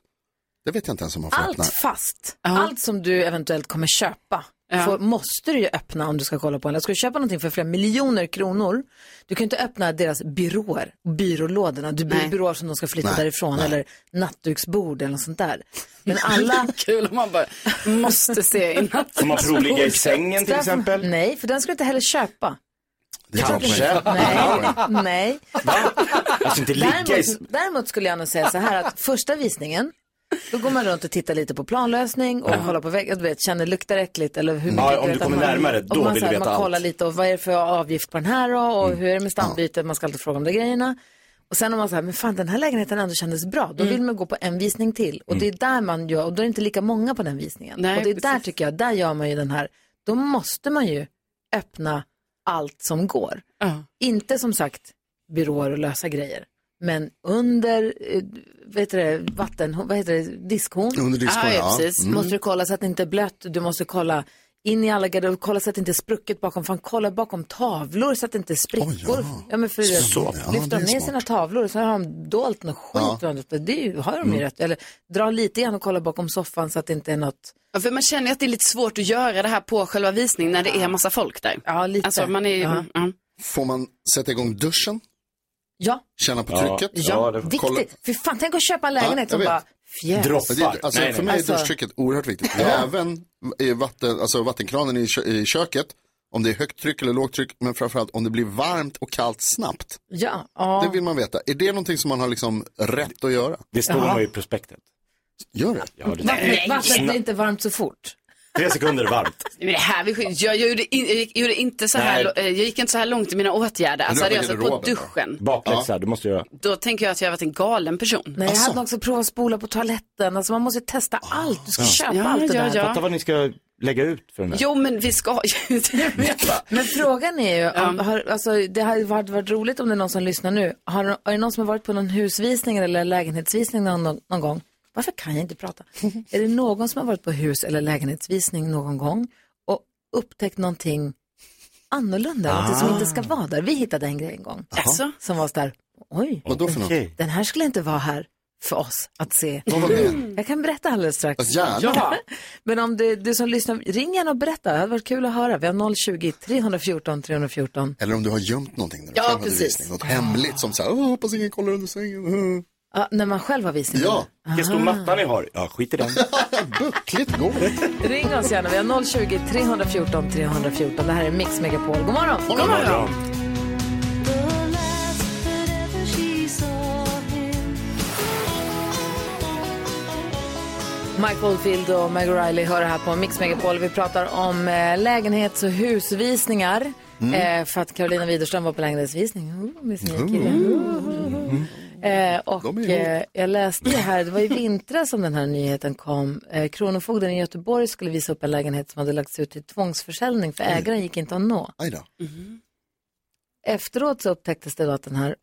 Speaker 3: Det vet jag inte ens om man får öppna.
Speaker 1: Allt fast, allt som du eventuellt kommer köpa, får, måste du ju öppna om du ska kolla på en. Alltså, Ska du köpa någonting för flera miljoner kronor, du kan ju inte öppna deras byråer, byrålådorna, du
Speaker 7: Nej.
Speaker 1: byråer som de ska flytta
Speaker 7: Nej,
Speaker 1: därifrån
Speaker 7: nej.
Speaker 1: eller nattduksbord eller något sånt där. Men alla...
Speaker 7: Kul om man bara måste se in att...
Speaker 2: Får man provligga i sängen till exempel?
Speaker 1: Nej, för den ska du inte heller köpa.
Speaker 2: Kanske.
Speaker 1: Nej, nej.
Speaker 2: Alltså inte ligga i...
Speaker 1: Däremot, däremot skulle jag nog säga så här att första visningen, då går man runt och tittar lite på planlösning och kollar på väggen, du vet, känner luktar äckligt eller hur mycket
Speaker 2: Ja,
Speaker 1: du
Speaker 2: om
Speaker 1: vet
Speaker 2: du
Speaker 1: att
Speaker 2: kommer
Speaker 1: man-
Speaker 2: närmare,
Speaker 1: och
Speaker 2: då
Speaker 1: man,
Speaker 2: vill
Speaker 1: så här,
Speaker 2: du veta
Speaker 1: Man kollar
Speaker 2: allt. Mm.
Speaker 1: lite och vad är det för avgift på den här då, och hur är det med stambytet, man ska alltid fråga om de grejerna. Och sen om man säger, men fan den här lägenheten ändå kändes bra, då
Speaker 2: Mm.
Speaker 1: vill man gå på en visning till. Och det är där man gör, och då är det inte lika många på den visningen.
Speaker 7: Nej,
Speaker 1: och det är där
Speaker 7: precis.
Speaker 1: tycker jag, där gör man ju den här, då måste man ju öppna allt som går.
Speaker 7: Ja.
Speaker 1: Inte som sagt byråer och lösa grejer. Men under eh, vad heter det, vatten, vad heter det, diskhon.
Speaker 7: Under diskhon, Ah, ja, ja. precis. Mm.
Speaker 1: Måste du kolla så att det inte är blött. Du måste kolla in i alla garderober, kolla så att det inte är sprucket bakom, för han kollar bakom tavlor så att det inte är sprickor. ja. men för
Speaker 3: Så, ja,
Speaker 1: lyfter
Speaker 3: det är
Speaker 1: de ner
Speaker 3: smart.
Speaker 1: sina tavlor och så har de dolt något skit. Ja. Det är ju, har de ju
Speaker 3: Mm.
Speaker 1: rätt. Eller dra lite grann och kolla bakom soffan så att det inte är något
Speaker 7: Ja, för man känner ju att det är lite svårt att göra det här på själva visningen när det är massa folk där.
Speaker 1: Ja, lite.
Speaker 7: Alltså, man är ju...
Speaker 3: Ja.
Speaker 7: ja.
Speaker 3: Får man sätta igång duschen?
Speaker 1: Ja.
Speaker 3: Känna på
Speaker 1: Ja.
Speaker 3: trycket?
Speaker 1: Ja, viktigt. Fy fan, tänk att köpa en lägenhet
Speaker 3: jag
Speaker 1: och
Speaker 3: vet.
Speaker 1: bara, fjäs.
Speaker 3: Det- Alltså, för mig är duschtrycket oerhört viktigt. Även i vatten, alltså vattenkranen i, kö- i köket, om det är högt tryck eller lågt tryck, men framförallt om det blir varmt och kallt snabbt.
Speaker 1: Ja, ja.
Speaker 3: Det vill man veta. Är det någonting som man har liksom rätt att göra?
Speaker 2: Det står
Speaker 1: Ja.
Speaker 2: nog i prospektet.
Speaker 3: Gör det?
Speaker 2: Ja, det
Speaker 1: Varför, varför är det
Speaker 2: Snabbt.
Speaker 1: inte varmt så fort?
Speaker 2: Tre sekunder varmt.
Speaker 7: Men det här vi skit. Jag gjorde, in, jag gick- gjorde inte så här,
Speaker 2: Nej.
Speaker 7: eh, jag gick inte så här långt i mina åtgärder. Alltså hade jag satt på duschen,
Speaker 2: Bakläxa, du måste göra.
Speaker 7: då tänker jag att jag har varit en galen person.
Speaker 1: Nej, jag hade nog också provat att spola på toaletten. Alltså man måste ju testa
Speaker 3: Ah.
Speaker 1: allt. Du ska köpa
Speaker 7: Ja,
Speaker 1: allt det
Speaker 7: ja,
Speaker 1: där.
Speaker 7: ja.
Speaker 2: Fatta vad ni ska lägga ut för den här.
Speaker 7: Jo, men vi ska ju det.
Speaker 1: Men frågan är ju, om, har, alltså, det hade varit, varit roligt om det är någon som lyssnar nu. Har, är det någon som har varit på någon husvisning eller lägenhetsvisning någon, någon gång? Varför kan jag inte prata? är det någon som har varit på hus eller lägenhetsvisning någon gång och upptäckt någonting annorlunda,
Speaker 7: Ah.
Speaker 1: någonting som inte ska vara där? Vi hittade en grej en gång
Speaker 7: Jaså?
Speaker 1: som var så där, oj,
Speaker 3: Vad då för något? Okej.
Speaker 1: den här skulle inte vara här för oss att se.
Speaker 3: Vad var det?
Speaker 1: Jag kan berätta alldeles strax.
Speaker 3: Gärna. Ja.
Speaker 1: Men om du, du som lyssnar, ring gärna och berätta. Det hade varit kul att höra. Vi har 020-314 314.
Speaker 3: Eller om du har gömt någonting när du
Speaker 1: Ja,
Speaker 3: själv hade
Speaker 1: precis. Ah.
Speaker 3: visning. Något hemligt som så här, "Åh, hoppas ingen kollar under sängen.
Speaker 1: Ja, när man själv har visning.
Speaker 3: Ja.
Speaker 2: Vilken
Speaker 1: Ah.
Speaker 2: stor matta ni har. Ja, skit i den.
Speaker 3: Buckligt god.
Speaker 1: Ring oss gärna. Vi har 020-314 314. Det här är Mix Megapol. God morgon.
Speaker 3: God morgon. God morgon.
Speaker 1: Mike Oldfield och Meg Riley hör här på Mix Megapol. Vi pratar om eh, lägenhets och husvisningar.
Speaker 7: Mm.
Speaker 1: Eh, för att Carolina Widerström var på lägenhetsvisning. Oh, med
Speaker 3: Mm.
Speaker 1: sina
Speaker 7: Mm.
Speaker 1: killar. Eh, och
Speaker 7: ihop.
Speaker 1: eh, jag läste det här, det var i vintras som den här nyheten kom. Eh, Kronofogden i Göteborg skulle visa upp en lägenhet som hade lagts ut till tvångsförsäljning för ägaren gick inte att nå.
Speaker 3: Aj då.
Speaker 1: Mm-hmm. Efteråt så upptäcktes det då att den här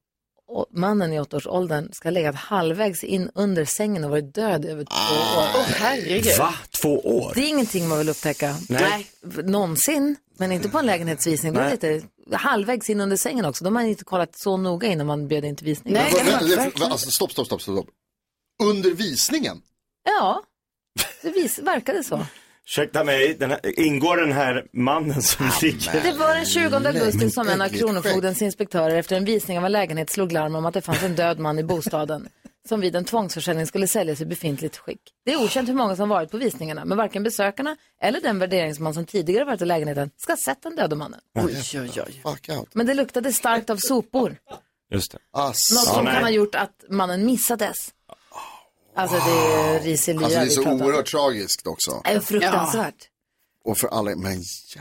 Speaker 1: å- mannen i åttaårsåldern ska ha legat halvvägs in under sängen och varit död i över två år. Åh herregud.
Speaker 2: Ah. Va? Två år?
Speaker 1: Det är ingenting man vill upptäcka.
Speaker 2: Nej.
Speaker 1: V- Någonsin, men inte på en lägenhetsvisning. Då är
Speaker 2: Nej.
Speaker 1: det lite halvvägs in under sängen också. De har man inte kollat så noga innan man bjöd in till visning.
Speaker 3: Men- men- alltså, stopp, stopp, stopp, stopp. stopp. Under visningen?
Speaker 1: Ja, det vis- verkade så.
Speaker 2: Ursäkta mig, den här, ingår den här mannen som ligger...
Speaker 1: Det var den 20 augusti som en av
Speaker 2: Äckligt skämt.
Speaker 1: Kronofogdens inspektörer efter en visning av en lägenhet slog larm om att det fanns en död man i bostaden som vid en tvångsförsäljning skulle säljas i befintligt skick. Det är okänt hur många som varit på visningarna, men varken besökarna eller den värderingsman som tidigare varit i lägenheten ska ha sett den döde mannen.
Speaker 7: Oj, oj, oj.
Speaker 3: Fuck out.
Speaker 1: Men det luktade starkt av sopor,
Speaker 2: Just det.
Speaker 1: något som kan ha gjort att mannen missades. Alltså det är ris i lya
Speaker 3: Alltså det är
Speaker 1: vi
Speaker 3: så
Speaker 1: pratar om.
Speaker 3: oerhört tragiskt också.
Speaker 1: Det är Fruktansvärt.
Speaker 3: Och för alla, men ja,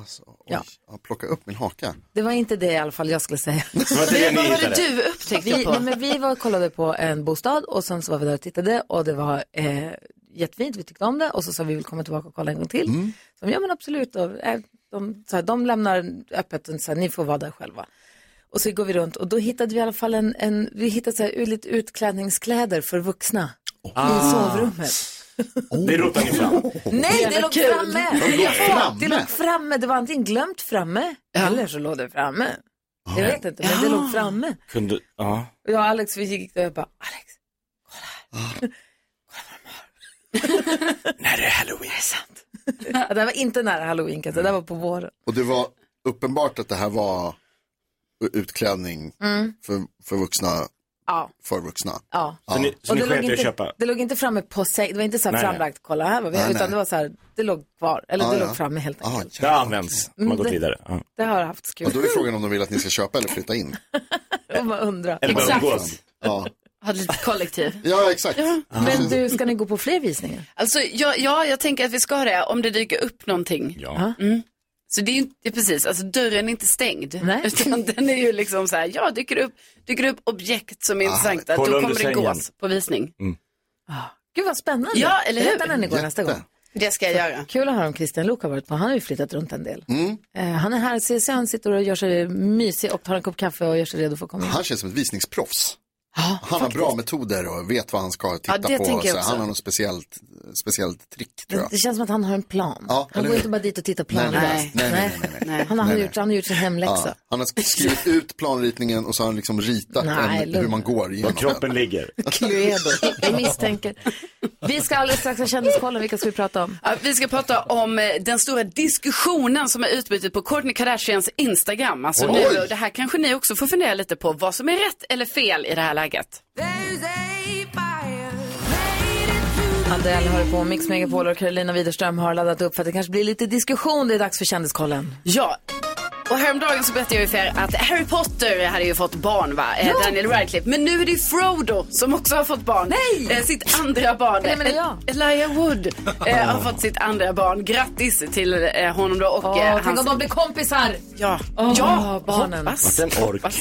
Speaker 3: alltså, oj,
Speaker 1: Ja.
Speaker 3: ja. plocka upp min haka.
Speaker 1: Det var inte det i alla fall jag skulle säga.
Speaker 3: var inte det ni Vad var det hittade?
Speaker 7: du upptäckte
Speaker 1: vi,
Speaker 7: på?
Speaker 1: nej, men vi var och kollade på en bostad och sen så var vi där och tittade och det var eh, jättefint, vi tyckte om det och så sa vi vill komma tillbaka och kolla en gång till. Mm. Så, ja men absolut, och, eh, de, så här, de lämnar öppet och så här, ni får vara där själva. Och så går vi runt och då hittade vi i alla fall en, en vi hittade så här, ut- lite utklädningskläder för vuxna i
Speaker 2: Ah.
Speaker 1: sovrummet.
Speaker 2: Det rotar ni fram.
Speaker 1: Nej, det
Speaker 7: Jävla
Speaker 1: låg
Speaker 7: kul.
Speaker 1: framme!
Speaker 7: De låg
Speaker 1: Ja, Det
Speaker 7: framme.
Speaker 1: låg framme, det var antingen glömt framme eller så låg det framme. Jag vet inte, men det låg framme.
Speaker 2: Kunde... Ja.
Speaker 1: Och jag och Alex, vi gick där och jag bara, Alex,
Speaker 2: När det är halloween.
Speaker 1: det här var inte nära halloween, alltså. det här var på våren.
Speaker 3: Och det var uppenbart att det här var utklädning
Speaker 1: Mm.
Speaker 3: för, för vuxna,
Speaker 1: Ja.
Speaker 3: för vuxna.
Speaker 1: Ja.
Speaker 3: Så ni- så
Speaker 1: Och
Speaker 3: ni
Speaker 1: det,
Speaker 3: sket
Speaker 1: låg
Speaker 3: i att
Speaker 1: inte,
Speaker 3: köpa?
Speaker 1: det låg inte framme på sig, det var inte så här
Speaker 2: Nej, nej.
Speaker 1: framlagt, kolla här var vi,
Speaker 2: Nej,
Speaker 1: utan
Speaker 2: nej.
Speaker 1: det var så här, det låg kvar, eller det låg framme helt
Speaker 3: Ah,
Speaker 1: enkelt.
Speaker 2: Det används, man har gått
Speaker 1: Mm, det-
Speaker 2: vidare. Ja.
Speaker 1: Det har jag haft
Speaker 3: Och
Speaker 1: kul.
Speaker 3: då är frågan om de vill att ni ska köpa eller flytta in.
Speaker 1: Jag bara undrar.
Speaker 3: Eller bara Exakt. umgås. Ja,
Speaker 7: Hade lite kollektiv.
Speaker 3: ja exakt.
Speaker 1: Men du, ska ni gå på fler visningar?
Speaker 7: Alltså, ja, ja, jag tänker att vi ska det om det dyker upp någonting.
Speaker 1: Ja.
Speaker 7: Mm. Så det är ju inte, precis, alltså dörren är inte stängd. Utan den är ju liksom så här, ja, dyker det upp, dyker det upp objekt som är
Speaker 1: Ah,
Speaker 7: intressanta, då
Speaker 1: kolla under
Speaker 7: kommer det
Speaker 1: sängen. Mm.
Speaker 7: gås på visning.
Speaker 1: Ah, Gud vad spännande.
Speaker 7: Ja, eller hur?
Speaker 1: Berätta när ni går nästa gång.
Speaker 7: Det ska jag göra.
Speaker 1: Kul att höra om Christian Luuk har varit på, han har ju flyttat runt en del.
Speaker 3: Mm.
Speaker 1: Eh, han är här, ser sig, han sitter och gör sig mysig och tar en kopp kaffe och gör sig redo för att komma in.
Speaker 3: Han känns som ett visningsproffs. han har bra metoder och vet vad han ska titta
Speaker 1: Ja, det
Speaker 3: på.
Speaker 1: tänker jag
Speaker 3: Så
Speaker 1: också.
Speaker 3: han har något speciellt speciellt trick tror jag.
Speaker 1: Det känns som att han har en plan.
Speaker 3: Ja,
Speaker 1: han
Speaker 3: eller
Speaker 1: går
Speaker 3: hur?
Speaker 1: inte bara dit och tittar
Speaker 3: Nej,
Speaker 1: planlöst.
Speaker 3: nej, nej, nej, nej, nej, nej.
Speaker 1: Han, har, han, har
Speaker 3: Nej,
Speaker 1: gjort, han har gjort sin hemläxa.
Speaker 3: Ja, han har sk- skrivit ut planritningen och så har han liksom ritat
Speaker 1: Nej,
Speaker 3: en,
Speaker 1: lugn.
Speaker 3: hur man går igenom Var kroppen
Speaker 2: ligger.
Speaker 1: Cluedo. Jag misstänker. Vi ska alldeles strax ha kändiskollen. Vilka ska vi prata om?
Speaker 7: Ja, vi ska prata om eh, den stora diskussionen som är utbytet på Kourtney Kardashians Instagram. Alltså
Speaker 15: Oj.
Speaker 7: nu, och det här kanske ni också får fundera lite på vad som är rätt eller fel i det här läget.
Speaker 1: Adele hör på Mix Megapol och Carolina Widerström har laddat upp för att det kanske blir lite diskussion. Det är dags för kändiskollen.
Speaker 7: Ja. Och häromdagen så berättade jag ju för er att Harry Potter hade ju fått barn va, Eh, Daniel Radcliffe. Men nu är det ju Frodo som också har fått barn.
Speaker 1: Nej!
Speaker 7: Eh, Sitt andra barn.
Speaker 1: Det menar jag.
Speaker 7: Elijah Wood eh, har fått sitt andra barn. Grattis till eh, honom då och eh,
Speaker 1: Åh, tänk om de blir kompisar!
Speaker 7: Ja,
Speaker 1: Åh,
Speaker 7: ja
Speaker 1: barnen.
Speaker 7: hoppas.
Speaker 2: Vilken ork.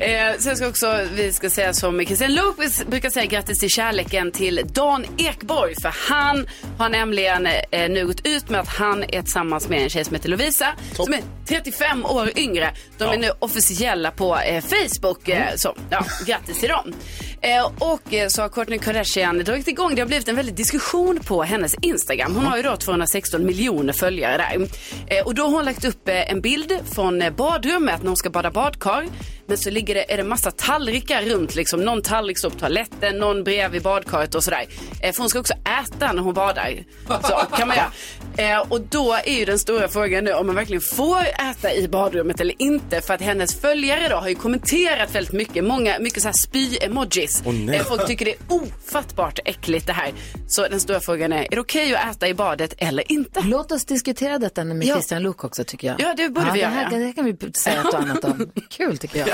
Speaker 7: Eh, sen ska också, vi ska säga som Kristin Lundqvist brukar säga, grattis till kärleken till Dan Ekborg. För han har nämligen eh, nu gått ut med att han är tillsammans med en tjej som heter Lovisa. Som är 35 år yngre. De är nu officiella på eh, Facebook. Eh, så, ja, grattis till dem. Eh, och eh, så har Kourtney Kardashian dragit igång, det har blivit en väldig diskussion på hennes Instagram. Hon har ju då 216 miljoner följare där. Eh, och då har hon lagt upp eh, en bild från eh, badrummet när hon ska bada badkar. Men så ligger det, är det massa tallrikar runt liksom. Någon tallrik står på toaletten, någon bredvid badkaret och sådär. Eh, för hon ska också äta när hon badar. Så kan man göra. Eh, och då är ju den stora frågan nu om man verkligen får äta i badrummet eller inte. För att hennes följare då har ju kommenterat väldigt mycket. Många, mycket så här spy-emojis.
Speaker 15: Åh, nej.
Speaker 7: Eh, folk tycker det är ofattbart äckligt det här. Så den stora frågan är, är det okej att äta i badet eller inte?
Speaker 1: Låt oss diskutera detta med
Speaker 7: Ja.
Speaker 1: Christian Luuk också tycker jag.
Speaker 7: Ja, det borde vi
Speaker 1: det här,
Speaker 7: göra.
Speaker 1: Det här kan vi säga ett och annat om. Kul tycker jag.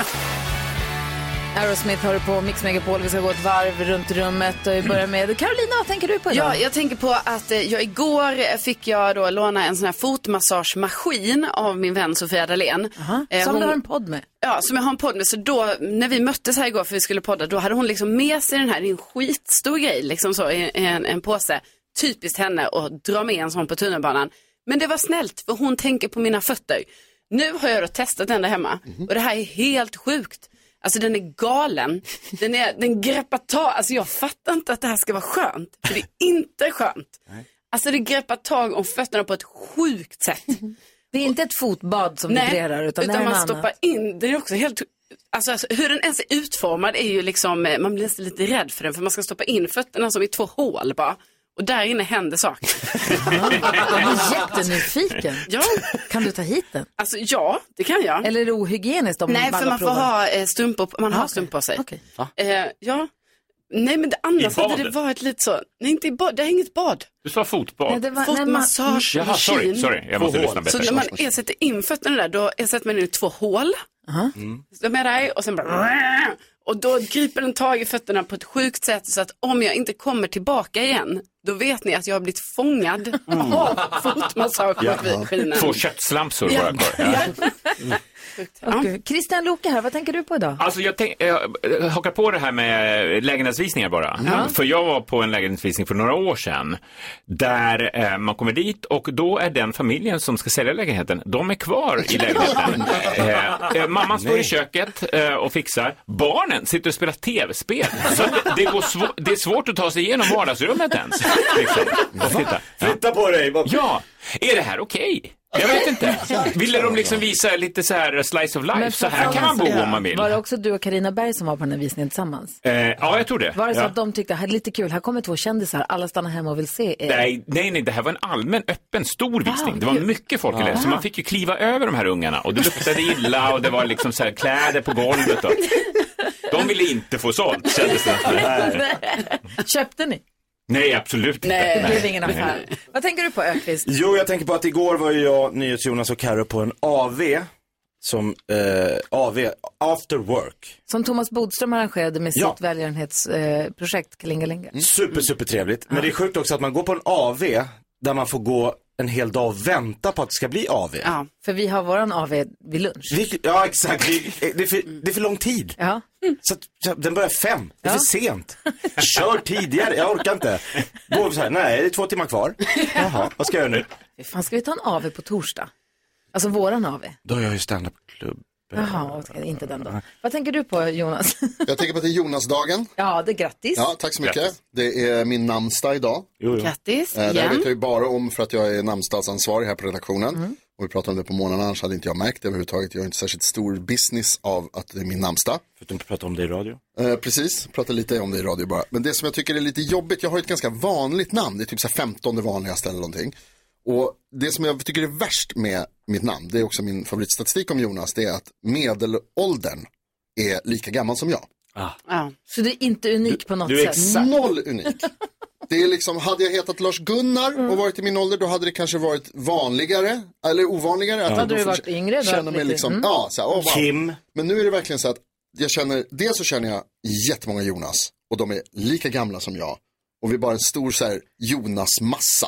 Speaker 1: Aerosmith hör på Mix Megapol. Vi ska gå ett varv runt rummet och vi börjar med Carolina, vad tänker du på idag?
Speaker 7: Ja, jag tänker på att eh, jag igår eh, fick jag då låna en sån här fotmassagemaskin av min vän Sofia Dalén. Eh,
Speaker 1: Som
Speaker 7: hon-
Speaker 1: du har en podd med.
Speaker 7: Ja, som jag har en podd med. Så då, när vi möttes här igår för vi skulle podda, då hade hon liksom med sig den här, det är en skitstor grej, liksom så, i en, en påse. Typiskt henne att dra med en sån på tunnelbanan. Men det var snällt, för hon tänker på mina fötter. Nu har jag då testat den där hemma och det här är helt sjukt. Alltså den är galen. Den, är, den greppar tag, alltså jag fattar inte att det här ska vara skönt. För det är inte skönt. Alltså det greppar tag om fötterna på ett sjukt sätt.
Speaker 1: Det är inte ett fotbad som vibrerar utan, det är
Speaker 7: man
Speaker 1: en annan.
Speaker 7: stoppar in, det är också helt, alltså, alltså hur den ens är utformad är ju liksom, eh, man blir nästan lite rädd för den för man ska stoppa in fötterna som i två hål bara. Och där inne händer saker.
Speaker 1: Jag är jättenyfiken.
Speaker 7: Ja.
Speaker 1: Kan du ta hit den?
Speaker 7: Alltså ja, det kan jag.
Speaker 1: Eller är det ohygieniskt om
Speaker 7: Nej,
Speaker 1: alla
Speaker 7: för man får
Speaker 1: provar?
Speaker 7: ha eh, strumpor, man
Speaker 1: Ah,
Speaker 7: har
Speaker 1: okej.
Speaker 7: strumpor på sig.
Speaker 1: Okej.
Speaker 7: Eh, ja. Nej, men det, annars
Speaker 16: I
Speaker 7: hade det
Speaker 16: badet?
Speaker 7: varit lite så. Nej, inte i bad, det är inget bad.
Speaker 16: Du sa fotboll.
Speaker 7: Nej, det var- Fotmassage.
Speaker 16: Jaha, sorry, sorry. Jag måste lyssna
Speaker 7: Så
Speaker 16: bättre.
Speaker 7: när man ersätter in fötterna där, då ersätter man in i två hål.
Speaker 16: Mm.
Speaker 7: De är där och sen bara... Och då griper den tag i fötterna på ett sjukt sätt så att om jag inte kommer tillbaka igen, då vet ni att jag har blivit fångad av fotmassagemaskinen.
Speaker 16: Två köttslamsor
Speaker 7: Ja.
Speaker 16: bara kvar. Ja.
Speaker 1: Okej. Christian Luuka här, vad tänker du på idag?
Speaker 16: Alltså jag, tänk, jag hakar på det här med lägenhetsvisningar bara.
Speaker 1: Ja.
Speaker 16: För jag var på en lägenhetsvisning för några år sedan. Där eh, man kommer dit och då är den familjen som ska sälja lägenheten, de är kvar i lägenheten. eh, eh, mamman står i köket eh, och fixar. Barnen sitter och spelar tv-spel. Så det, det, går svå- det är svårt att ta sig igenom vardagsrummet ens. Liksom. Och Titta. Flytta på dig! Ja, är det här okej? Jag vet inte. Ville de liksom visa lite så här slice of life? Så här kan man
Speaker 1: alltså,
Speaker 16: bo om man vill.
Speaker 1: Var det också du och Karina Berg som var på den här visningen tillsammans?
Speaker 16: Eh, ja, jag tror det.
Speaker 1: Var det så
Speaker 16: ja.
Speaker 1: att de tyckte, här, lite kul, här kommer två kändisar, alla stannar hemma och vill se er?
Speaker 16: Nej, nej, nej, det här var en allmän, öppen, stor visning.
Speaker 1: eh. Wow,
Speaker 16: det var
Speaker 1: kul.
Speaker 16: mycket folk i
Speaker 1: Ja.
Speaker 16: lägenheten, så man fick ju kliva över de här ungarna och det luktade illa och det var liksom så här kläder på golvet och... De ville inte få sålt, kändes det. Nej,
Speaker 1: Köpte ni?
Speaker 16: nej absolut inte.
Speaker 1: Nej, det blev ingen
Speaker 16: Nej.
Speaker 1: affär. Vad tänker du på Ökvist?
Speaker 2: Jo, jag tänker på att igår var ju jag, NyhetsJonas och Karo på en AV som eh, AV, after work.
Speaker 1: Som Thomas Bodström arrangerade med
Speaker 2: Ja.
Speaker 1: sitt välgörenhetsprojekt eh, projekt Klingelinga.
Speaker 2: Super, super trevligt. Men det är sjukt också att man går på en AV där man får gå en hel dag och vänta på att det ska bli AV.
Speaker 1: För vi har våran AV vid lunch.
Speaker 2: Vi- Ja, exakt. Vi- Det är för, det är för lång tid.
Speaker 1: Ja.
Speaker 2: Så att, så att den börjar fem. Det är
Speaker 1: Ja.
Speaker 2: för sent. Kör tidigare. Jag orkar inte. Går så här, nej, det är två timmar kvar. Jaha, vad ska jag göra nu?
Speaker 1: Fan, ska vi ta en AV på torsdag? Alltså våran AV.
Speaker 2: Då har jag ju standup-klubb
Speaker 1: Jaha, okej, inte den då. Vad tänker du på Jonas?
Speaker 3: Jag tänker på att det är Jonasdagen.
Speaker 1: ja, det är grattis.
Speaker 3: Ja, tack så mycket. Det är min namnsdag idag.
Speaker 1: Grattis,
Speaker 3: Eh, Det här
Speaker 1: igen.
Speaker 3: vet jag ju bara om för att jag är namnsdagsansvarig här på redaktionen.
Speaker 1: Mm.
Speaker 3: Och vi pratade om det på morgonen, annars hade inte jag märkt det överhuvudtaget. Jag har inte särskilt stor business av att det är min namnsdag.
Speaker 2: Förutom att prata om det i radio.
Speaker 3: Eh, precis, prata lite om det i radio bara. Men det som jag tycker är lite jobbigt, jag har ju ett ganska vanligt namn, det är typ så här 15 vanligaste eller någonting. Och det som jag tycker är värst med mitt namn, det är också min favoritstatistik om Jonas, det är att medelåldern är lika gammal som jag.
Speaker 2: Ah.
Speaker 1: Ja. Så du är inte unik på något
Speaker 3: Du är
Speaker 1: sätt?
Speaker 3: exakt- Noll unik. Det är liksom, hade jag hetat Lars Gunnar och varit i min ålder, då hade det kanske varit vanligare, eller ovanligare.
Speaker 1: Hade
Speaker 3: jag då
Speaker 1: du varit
Speaker 3: får-
Speaker 1: yngre, då hade
Speaker 3: Känner
Speaker 1: det
Speaker 3: mig
Speaker 1: blivit-
Speaker 3: liksom,
Speaker 1: Mm.
Speaker 3: ja, så här, oh, wow.
Speaker 2: Kim.
Speaker 3: Men nu är det verkligen så att jag känner, dels så känner jag jättemånga Jonas och de är lika gamla som jag. Och vi är bara en stor så här Jonas-massa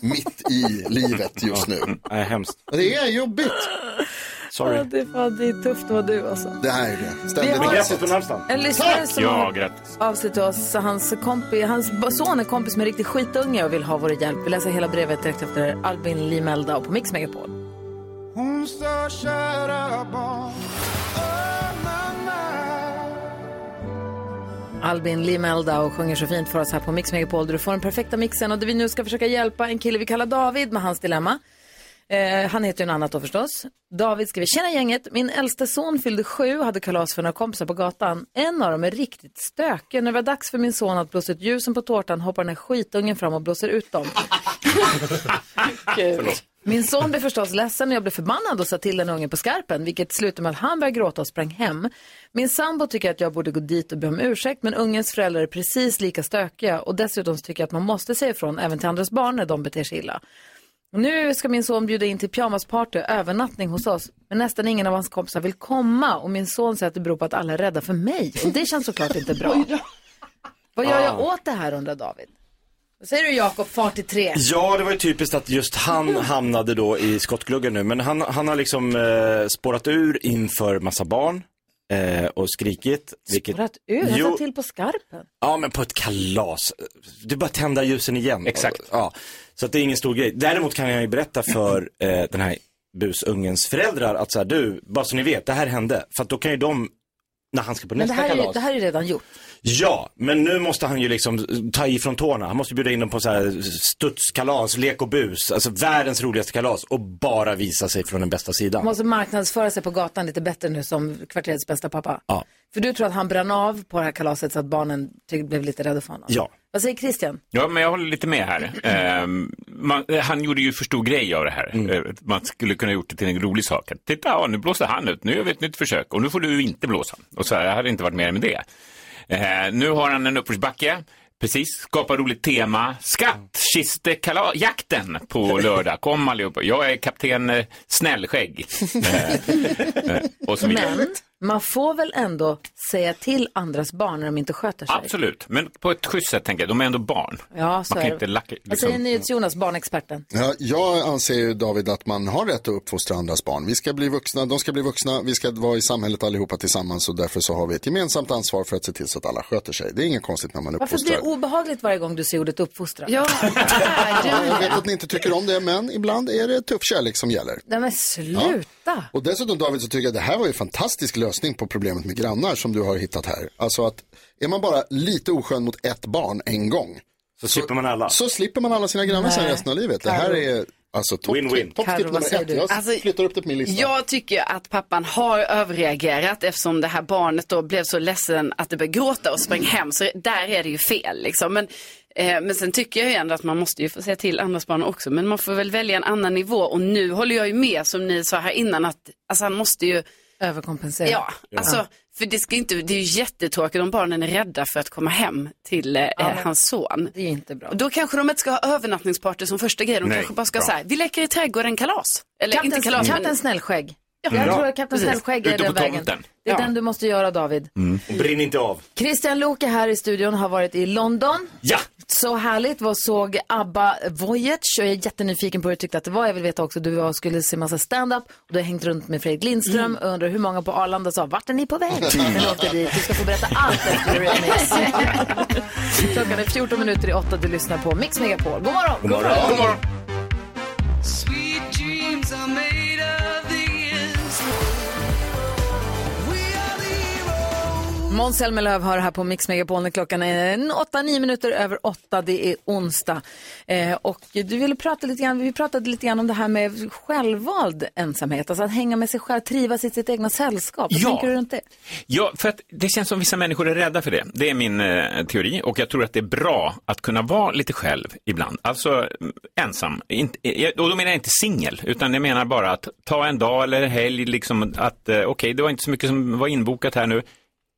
Speaker 3: mitt i livet just nu.
Speaker 2: Nej, hemskt.
Speaker 3: Det är jobbigt.
Speaker 1: Ja, det, är fan, det är tufft att vara du alltså.
Speaker 3: Det här är det.
Speaker 1: Vi
Speaker 3: Ständigt
Speaker 1: har-
Speaker 3: grattis
Speaker 2: på namnsdagen.
Speaker 1: En lyssnare som
Speaker 3: Ja,
Speaker 1: har
Speaker 16: grattis.
Speaker 1: av sig till oss, så hans, kompi, hans b- son är kompis med en riktig skitunge och vill ha vår hjälp. Vi läser hela brevet direkt efter Albin Limelda på Mix Megapol.
Speaker 4: Hon står kära barn
Speaker 1: Albin Limelda och sjunger så fint för oss här på Mix Megapol där du får den perfekta mixen och där vi nu ska försöka hjälpa en kille vi kallar David med hans dilemma. Eh, han heter ju något annat då förstås. David skriver, tjena gänget, min äldste son fyllde sju och hade kalas för några kompisar på gatan. En av dem är riktigt stökig. När det var dags för min son att blåsa ut ljusen på tårtan hoppar den här skitungen fram och blåser ut dem. Min son blev förstås ledsen och jag blev förbannad och sa till den ungen på skarpen, vilket slutade med att han började gråta och sprang hem. Min sambo tycker att jag borde gå dit och be om ursäkt, men ungens föräldrar är precis lika stökiga och dessutom så tycker jag att man måste säga ifrån även till andras barn när de beter sig illa. Nu ska min son bjuda in till pyjamasparty och övernattning hos oss, men nästan ingen av hans kompisar vill komma och min son säger att det beror på att alla är rädda för mig och det känns såklart inte bra. Vad gör jag åt det här undrar David? Vad säger du Jakob, fart till tre?
Speaker 2: Ja, det var ju typiskt att just han hamnade då i skottgluggen nu. Men han, han har liksom eh, spårat ur inför massa barn eh, och skrikit. Vilket...
Speaker 1: Spårat ur, han
Speaker 2: Jo.
Speaker 1: sa till på skarpen.
Speaker 2: Ja, men på ett kalas. Du bara tända ljusen igen. Exakt. Ja, så att det är ingen stor grej. Däremot kan jag ju berätta för eh, den här busungens föräldrar att så här, du, bara så ni vet, det här hände. För att då kan ju de, när han ska på
Speaker 1: Men det
Speaker 2: nästa
Speaker 1: här, är, ju-
Speaker 2: kalas.
Speaker 1: det här är ju redan gjort.
Speaker 2: Ja, men nu måste han ju liksom ta i från tårna. Han måste bjuda in dem på så här studskalas, lek och bus, alltså världens roligaste kalas och bara visa sig från den bästa
Speaker 1: Man
Speaker 2: sidan.
Speaker 1: måste marknadsföra sig på gatan lite bättre nu som kvarterets bästa pappa.
Speaker 2: Ja.
Speaker 1: För du tror att han brann av på det här kalaset så att barnen ty- blev lite rädda för honom.
Speaker 16: Ja.
Speaker 1: Vad säger Christian?
Speaker 16: Ja, men jag håller lite med här. Ehm, man, han gjorde ju för stor grej av det här. Eh, Man skulle kunna gjort det till en rolig sak. Att, Titta, ja, nu blåser han ut, nu gör vi ett nytt försök och nu får du inte blåsa. Och så här, jag hade inte varit mer med det. Eh, nu har han en uppförsbacke. Precis, skapa roligt tema. Skattkistekalasjakten på lördag. Kom allihopa. Jag är kapten eh, Snällskägg. Eh, eh, och så vidare.
Speaker 1: Men man får väl ändå säga till andras barn när de inte sköter sig?
Speaker 16: Absolut, men på ett schysst sätt tänker jag. De är ändå barn.
Speaker 1: Ja, så
Speaker 16: man
Speaker 1: är
Speaker 16: kan
Speaker 1: det.
Speaker 16: inte liksom- lacka,
Speaker 1: Vad säger NyhetsJonas, barnexperten?
Speaker 3: Ja, jag anser ju David att man har rätt att uppfostra andras barn. Vi ska bli vuxna, de ska bli vuxna, vi ska vara i samhället allihopa tillsammans och därför så har vi ett gemensamt ansvar för att se till så att alla sköter sig. Det är inget konstigt när man
Speaker 1: Varför blir
Speaker 3: uppfostrar.
Speaker 1: det obehagligt varje gång du säger ordet uppfostran?
Speaker 7: Ja.
Speaker 3: Ja, jag vet att ni inte tycker om det, men ibland är det tuff kärlek som gäller.
Speaker 1: Nej men sluta. Ja.
Speaker 3: Och dessutom David så tycker jag att det här var ju en fantastisk lösning på problemet med grannar som du har hittat här. Alltså att är man bara lite oskön mot ett barn en gång.
Speaker 2: Så slipper man alla.
Speaker 3: Så slipper man alla sina grannar sen
Speaker 7: Nej.
Speaker 3: resten av livet. Det här
Speaker 7: Karo.
Speaker 3: är alltså topp
Speaker 7: Win-win.
Speaker 3: top,
Speaker 7: Karo,
Speaker 3: top
Speaker 7: vad
Speaker 3: nummer
Speaker 7: säger
Speaker 3: ett.
Speaker 7: du?
Speaker 3: Jag
Speaker 7: Alltså,
Speaker 3: flyttar upp det på min lista.
Speaker 7: Jag tycker att pappan har överreagerat eftersom det här barnet då blev så ledsen att det började gråta och sprang hem. Så där är det ju fel liksom. Men, eh, men sen tycker jag ju ändå att man måste ju få säga till andras barn också. Men man får väl välja en annan nivå. Och nu håller jag ju med som ni sa här innan att alltså, han måste ju
Speaker 1: Överkompensera.
Speaker 7: Ja, alltså, för det, ska inte, det är ju jättetråkigt om barnen är rädda för att komma hem till eh, hans son.
Speaker 1: Det är inte bra.
Speaker 7: Och då kanske de inte ska ha övernattningsparty som första grej. De
Speaker 1: Nej,
Speaker 7: kanske bara ska
Speaker 1: bra.
Speaker 7: säga, vi leker i trädgården kalas. Eller
Speaker 1: Kapten,
Speaker 7: inte kalas,
Speaker 1: Kapten
Speaker 7: men...
Speaker 1: Snällskägg.
Speaker 7: Mm. Ja.
Speaker 1: Jag
Speaker 7: Bra.
Speaker 1: tror att Kapten
Speaker 7: Precis.
Speaker 1: Snällskägg är
Speaker 7: Ute
Speaker 1: den
Speaker 7: på
Speaker 1: vägen.
Speaker 7: tomten.
Speaker 1: Det är
Speaker 7: Ja.
Speaker 1: den du måste göra David.
Speaker 2: Mm. Och brinn inte av.
Speaker 1: Christian Loke här i studion har varit i London.
Speaker 2: Ja!
Speaker 1: Så härligt. Var såg ABBA Voyage och jag är jättenyfiken på hur du tyckte att det var. Jag vill veta också, du var skulle se massa stand-up och du har hängt runt med Fredrik Lindström och undrar hur många på Arlanda sa, vart är ni på väg? Men du åkte dit. Du ska få berätta allt efter Remix. Klockan är 14 minuter i 8 du lyssnar på Mix Megapol. God morgon!
Speaker 4: God morgon. God morgon.
Speaker 15: Sweet dreams are made of these.
Speaker 1: Måns Zelmerlöw har här på Mix Megapol när klockan är 8-9 minuter över 8. Det är onsdag. Eh, och du ville prata lite grann, vi pratade lite grann om det här med självvald ensamhet. Alltså att hänga med sig själv, trivas i sitt egna sällskap. Vad
Speaker 16: Ja.
Speaker 1: tänker du runt det?
Speaker 16: Ja, för att det känns som vissa människor är rädda för det. Det är min eh, teori och jag tror att det är bra att kunna vara lite själv ibland. Alltså mm, ensam. Inte- eh, och då menar jag inte singel, utan jag menar bara att ta en dag eller en helg, liksom att eh, okej, det var inte så mycket som var inbokat här nu.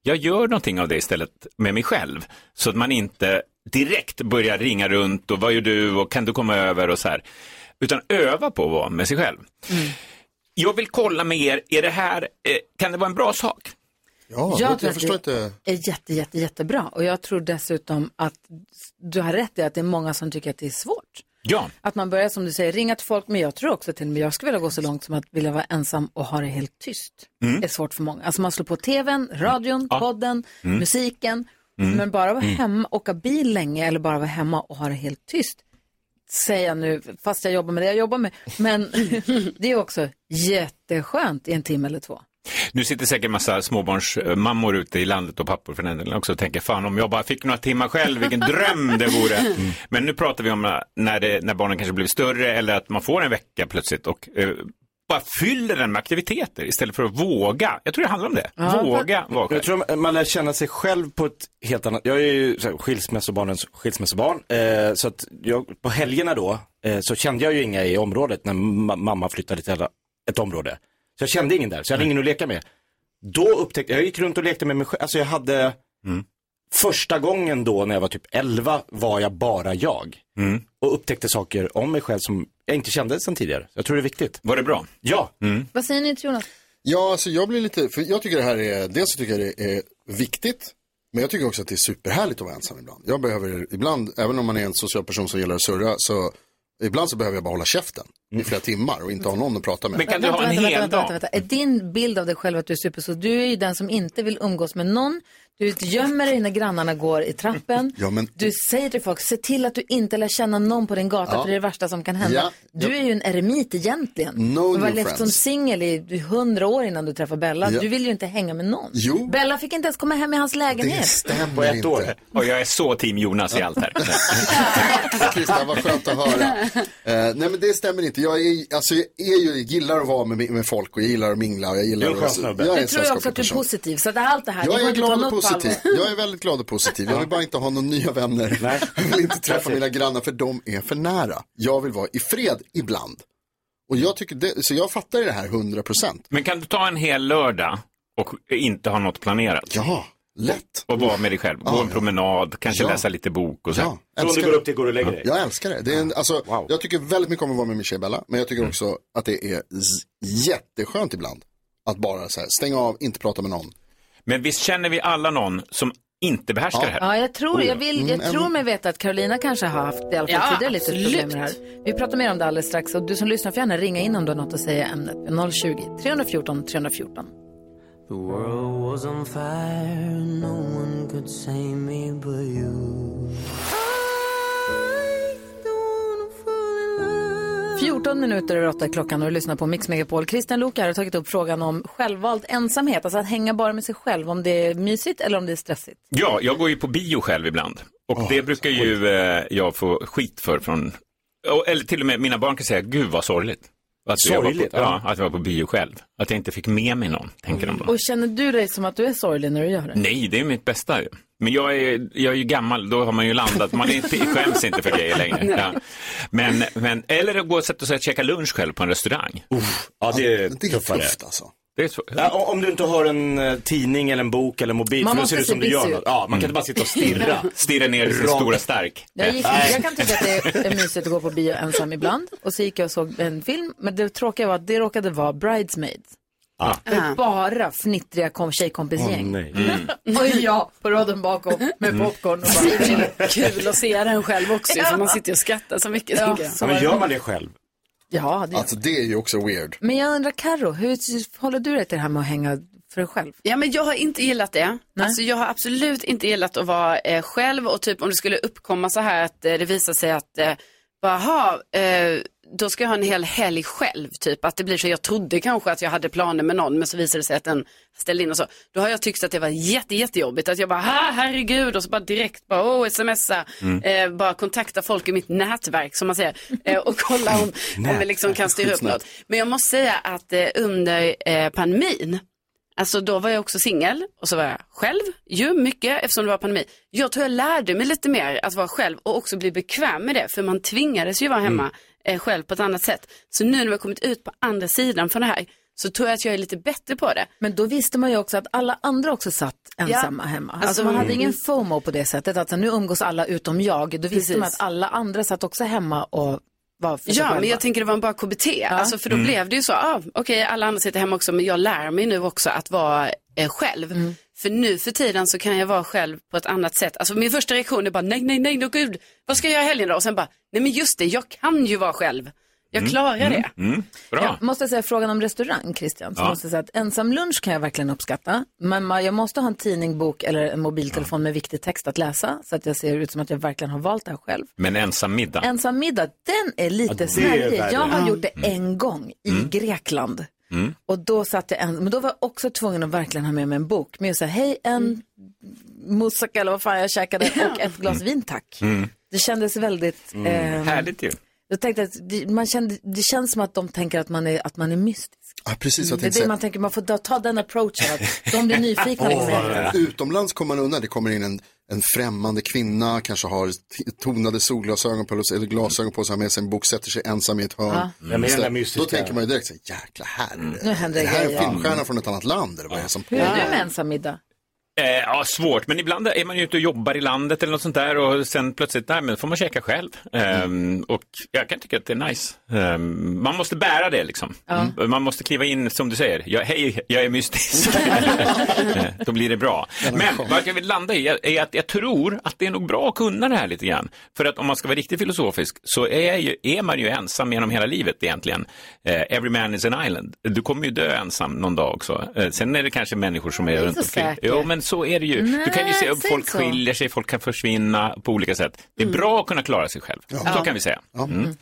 Speaker 16: Jag gör någonting av det istället med mig själv, så att man inte direkt börjar ringa runt och vad gör du och kan du komma över och så här. Utan öva på att vara med sig själv. Jag vill kolla med er, är det här, eh, kan det vara en bra sak?
Speaker 3: Ja,
Speaker 1: Jag tror att det är jätte, jätte, jättebra. Och jag tror dessutom att du har rätt i att det är många som tycker att det är svårt.
Speaker 16: Ja.
Speaker 1: Att man börjar som du säger ringa till folk, men jag tror också till och med jag skulle vilja gå så långt som att vilja vara ensam och ha det helt tyst.
Speaker 16: Mm.
Speaker 1: Det är svårt för många. Alltså man slår på tvn, radion,
Speaker 16: Ja.
Speaker 1: podden,
Speaker 16: Mm.
Speaker 1: musiken.
Speaker 16: Mm.
Speaker 1: Men bara vara
Speaker 16: Mm.
Speaker 1: hemma, åka bil länge eller bara vara hemma och ha det helt tyst. Säger jag nu, fast jag jobbar med det jag jobbar med. Men det är också jätteskönt i en timme eller två.
Speaker 16: Nu sitter säkert massa småbarnsmammor ute i landet och pappor för den delen också och tänker fan om jag bara fick några timmar själv, vilken dröm det vore.
Speaker 1: Mm.
Speaker 16: Men nu pratar vi om eh, när, det, när barnen kanske blir större eller att man får en vecka plötsligt och eh, bara fyller den med aktiviteter istället för att våga. Jag tror det handlar om det. våga vara själv.
Speaker 2: Jag tror man lär känna sig själv på ett helt annat, jag är ju så här, skilsmässobarnens skilsmässobarn, eh, så att jag, på helgerna då eh, så kände jag ju inga i området när ma- mamma flyttade till ett område. Så jag kände ingen där, så jag hade ingen att leka med. Då upptäckte, jag gick runt och lekte med mig själv, alltså jag hade,
Speaker 16: Mm.
Speaker 2: första gången då när jag var typ 11 var jag bara jag.
Speaker 16: Mm.
Speaker 2: Och upptäckte saker om mig själv som jag inte kände sedan tidigare. Så Jag tror det är viktigt.
Speaker 16: Var det bra?
Speaker 2: Ja.
Speaker 1: Vad säger ni till Jonas?
Speaker 3: Ja, alltså jag blir lite, för jag tycker det här är, dels så tycker jag det är viktigt, men jag tycker också att det är superhärligt att vara ensam ibland. Jag behöver ibland, även om man är en social person som gillar att surra, så ibland så behöver jag bara hålla käften
Speaker 1: Mm.
Speaker 3: i flera timmar och inte ha någon att prata med.
Speaker 1: vänta, vänta, vänta, vänta, vänta. Är din bild av dig själv att du är supersocial? Du är ju den som inte vill umgås med någon. Du gömmer dig när grannarna går i trappen.
Speaker 3: Ja, men
Speaker 1: Du säger till folk, se till att du inte lär känna någon på din gata
Speaker 3: Ja.
Speaker 1: för det är det värsta som kan hända.
Speaker 3: Ja,
Speaker 1: Du
Speaker 3: ja.
Speaker 1: är ju en eremit egentligen.
Speaker 3: No
Speaker 1: du har
Speaker 3: new
Speaker 1: levt som
Speaker 3: friends.
Speaker 1: singel i hundra år innan du träffade Bella.
Speaker 16: Ja.
Speaker 1: Du vill ju inte hänga med någon.
Speaker 3: Jo.
Speaker 1: Bella fick inte ens komma hem i hans lägenhet.
Speaker 16: på ett år. Och jag är så team Jonas i allt här.
Speaker 3: Christian, vad skönt att höra. Eh, nej men det stämmer inte. Jag, är, alltså, jag, är ju, jag gillar att vara med, med folk och jag gillar att mingla och jag gillar
Speaker 1: Du är en skön
Speaker 3: att...
Speaker 1: snubbe.
Speaker 3: är en
Speaker 1: Du tror ju också
Speaker 3: sällskaplig
Speaker 1: att du är
Speaker 3: person.
Speaker 1: positiv. Så att allt det här, det
Speaker 3: Jag
Speaker 1: går
Speaker 3: är
Speaker 1: inte att ta
Speaker 3: glad och
Speaker 1: något på allvar.
Speaker 3: positiv. Jag är väldigt glad och positiv. Jag vill bara inte ha några nya vänner. Jag vill inte träffa mina grannar för de är för nära. Jag vill vara i fred ibland. Och jag tycker det, så jag fattar det här 100 procent.
Speaker 16: Men kan du ta en hel lördag och inte ha något planerat?
Speaker 3: Ja, lätt.
Speaker 16: Och vara med dig själv, gå en promenad, kanske
Speaker 3: Ja.
Speaker 16: läsa lite bok och så.
Speaker 3: Ja, älskar det. Jag älskar det. det är en, alltså, Jag tycker väldigt mycket om att vara med min tjej Bella, men jag
Speaker 16: Mm.
Speaker 3: tycker också att det är z- jätteskönt ibland. Att bara så här, stänga av, inte prata med någon.
Speaker 16: Men visst känner vi alla någon som inte behärskar det här?
Speaker 1: Ja, jag
Speaker 3: Oh
Speaker 1: tror, jag vill, jag
Speaker 16: Mm, en-
Speaker 1: tror mig veta att Carolina kanske har haft i alla fall
Speaker 7: Ja,
Speaker 1: tidigare lite problem med det här.
Speaker 7: absolut.
Speaker 1: Vi pratar mer om det alldeles strax och du som lyssnar får gärna ringa in om du har något att säga i ämnet. 020 314 314.
Speaker 4: The world was on fire, no one could save me but you.
Speaker 1: 14 minuter över 8 klockan och du lyssnar på Mix Megapol. Christian Luuk här har tagit upp frågan om självvald ensamhet, alltså att hänga bara med sig själv, om det är mysigt eller om det är stressigt.
Speaker 16: Ja, jag går ju på bio själv ibland. Och det brukar ju eh, jag få skit för från, och- eller till och med mina barn kan säga, gud vad sorgligt. Att jag var
Speaker 2: Sorgligt,
Speaker 16: på,
Speaker 2: ja.
Speaker 16: ja. Att jag var på bio själv. Att jag inte fick med mig någon, tänker de då.
Speaker 1: Och känner du dig som att du är sorglig när du gör det?
Speaker 16: Nej, det är mitt bästa ju. Men jag är, jag är ju gammal, då har man ju landat. Man är inte, skäms inte för grejer längre.
Speaker 1: Nej.
Speaker 16: Ja. Men, men, eller att gå och sätta sig och käka lunch själv på en restaurang.
Speaker 2: ja, det är
Speaker 16: det är
Speaker 2: tuffare.
Speaker 16: tufft,
Speaker 3: alltså.
Speaker 16: Det är så.
Speaker 2: Ja, o- om du inte har en eh, tidning eller en bok eller mobil,
Speaker 1: Man
Speaker 2: för då ser
Speaker 1: måste
Speaker 2: det ut
Speaker 1: se
Speaker 2: som du
Speaker 1: busy
Speaker 2: gör
Speaker 1: ut. Mm.
Speaker 2: något. Ja, man kan inte bara sitta och stirra.
Speaker 16: Stirra ner i sin
Speaker 2: Rakt.
Speaker 16: stora stark.
Speaker 1: Jag, gick, jag kan tycka att det är mysigt att gå på bio ensam ibland. Och så gick jag och såg en film, men det tråkiga var att det råkade vara Bridesmaids.
Speaker 2: Ah.
Speaker 1: Det var bara fnittriga kom- tjejkompisgäng. Och jag på raden bakom med
Speaker 16: Mm.
Speaker 1: popcorn och bara...
Speaker 7: Kul att se den själv också, ju, för man sitter ju och skrattar så mycket.
Speaker 1: Ja,
Speaker 7: tänker jag.
Speaker 1: så är det.
Speaker 2: det själv?
Speaker 1: Ja, det gör
Speaker 3: Alltså det är ju också weird.
Speaker 1: Men jag undrar Karo, hur håller du dig till det här med att hänga för dig själv?
Speaker 7: Ja, men jag har inte gillat det. Alltså, jag har absolut inte gillat att vara eh, själv och typ om det skulle uppkomma så här att eh, det visar sig att eh, bara, aha, eh, då ska jag ha en hel helg själv, typ. Att det blir så, jag trodde kanske att jag hade planer med någon, men så visade det sig att den ställde in och så. Då har jag tyckt att det var jätte, jättejobbigt, att jag bara, "Ah, herregud, och så bara direkt bara, oh, smsa,
Speaker 1: Mm.
Speaker 7: eh, bara kontakta folk i mitt nätverk, som man säger, eh, och kolla om, om vi liksom kan styra upp
Speaker 1: Skitsnack.
Speaker 7: något. Men jag måste säga att eh, under eh, pandemin, alltså då var jag också singel och så var jag själv ju mycket eftersom det var pandemi. Jag tror jag lärde mig lite mer att vara själv och också bli bekväm med det för man tvingades ju vara hemma eh, själv på ett annat sätt. Så nu när vi har kommit ut på andra sidan från det här så tror jag att jag är lite bättre på det.
Speaker 1: Men då visste man ju också att alla andra också satt
Speaker 7: Ja.
Speaker 1: ensamma hemma. Alltså,
Speaker 7: Alltså,
Speaker 1: man hade
Speaker 7: mm.
Speaker 1: ingen FOMO på det sättet, att så nu umgås alla utom jag. Då visste
Speaker 7: Precis.
Speaker 1: man att alla andra satt också hemma och var för sig
Speaker 7: Ja,
Speaker 1: själva.
Speaker 7: men jag tänker det var en bara KBT. Alltså, för då
Speaker 1: Mm.
Speaker 7: blev det ju så, ah, okej alla andra sitter hemma också men jag lär mig nu också att vara eh, själv.
Speaker 1: Mm.
Speaker 7: För nu för tiden så kan jag vara själv på ett annat sätt. Alltså min första reaktion är bara nej, nej, nej, då gud, vad ska jag göra i helgen då? Och sen bara, nej men just det, jag kan ju vara själv. Jag klarar det.
Speaker 16: Mm. Bra.
Speaker 1: Jag måste säga frågan om restaurang, Christian. Så
Speaker 7: Ja.
Speaker 1: måste jag säga att ensam lunch kan jag verkligen uppskatta. Men ma- jag måste ha en tidning, bok eller en mobiltelefon med viktig text att läsa. Så att jag ser ut som att jag verkligen har valt det här själv.
Speaker 16: Men ensam middag.
Speaker 1: Ensam middag, den är
Speaker 16: Ja,
Speaker 1: lite
Speaker 16: det är
Speaker 1: snärjig.
Speaker 16: värre.
Speaker 1: Jag har
Speaker 16: Mm.
Speaker 1: gjort det
Speaker 16: Mm.
Speaker 1: en gång i
Speaker 16: Mm.
Speaker 1: Grekland.
Speaker 16: Mm.
Speaker 1: Och då satt jag en, men då var jag också tvungen att verkligen ha med mig en bok. Men jag sa, hej
Speaker 16: Mm.
Speaker 1: en moussaka eller vad fan jag käkade och ett glas vin tack.
Speaker 7: Mm.
Speaker 1: Det kändes väldigt...
Speaker 16: Mm.
Speaker 1: ehm,
Speaker 16: Härligt ju.
Speaker 1: jag tänkte att det, man kände, det känns som att de tänker att man är, att man är mystisk. Mm,
Speaker 3: Ja, precis.
Speaker 1: Det är
Speaker 3: Jag
Speaker 1: det
Speaker 3: tänkte
Speaker 1: man
Speaker 3: säga.
Speaker 1: tänker, man får ta, ta den approachen. Att de blir nyfikna. på sig.
Speaker 3: Åh, Utomlands kommer man undan, det kommer in en, en främmande kvinna, kanske har t- tonade solglasögon på eller glasögon på sig, har med sig en bok, sätter sig ensam i ett hörn.
Speaker 1: Ja.
Speaker 3: Mm.
Speaker 2: Vem är den där
Speaker 3: Istället-
Speaker 2: mystiska?
Speaker 3: Då tänker man ju direkt så här, jäkla här,
Speaker 1: Nu händer
Speaker 3: det
Speaker 1: det
Speaker 3: här är en
Speaker 1: grejer.
Speaker 3: filmstjärna från ett annat land, eller vad är det som
Speaker 1: Hur är du med ensam middag?
Speaker 16: Eh, ja, svårt, men ibland är man ju ute och jobbar i landet eller något sånt där och sen plötsligt, nej men får man käka själv. Ehm, och jag kan tycka att det är nice. Ehm, man måste bära det liksom. Man måste kliva in, som du säger, jag, hej, jag är mystisk. Eh, Då blir det bra. Men vad jag vill landa i är att jag tror att det är nog bra att kunna det här lite grann. För att om man ska vara riktigt filosofisk så är, ju, är man ju ensam genom hela livet egentligen. Eh, every man is an island. Du kommer ju dö ensam någon dag också. Eh, sen är det kanske människor som är,
Speaker 1: är
Speaker 16: runt
Speaker 1: så
Speaker 16: omkring.
Speaker 1: säker.
Speaker 16: Jo, men så är det ju.
Speaker 1: Nej,
Speaker 16: du kan ju se om
Speaker 1: säg
Speaker 16: folk
Speaker 1: så. Mm.
Speaker 16: skiljer sig, folk kan försvinna på olika sätt. Det är bra att kunna klara sig själv. Så kan vi säga. Mm.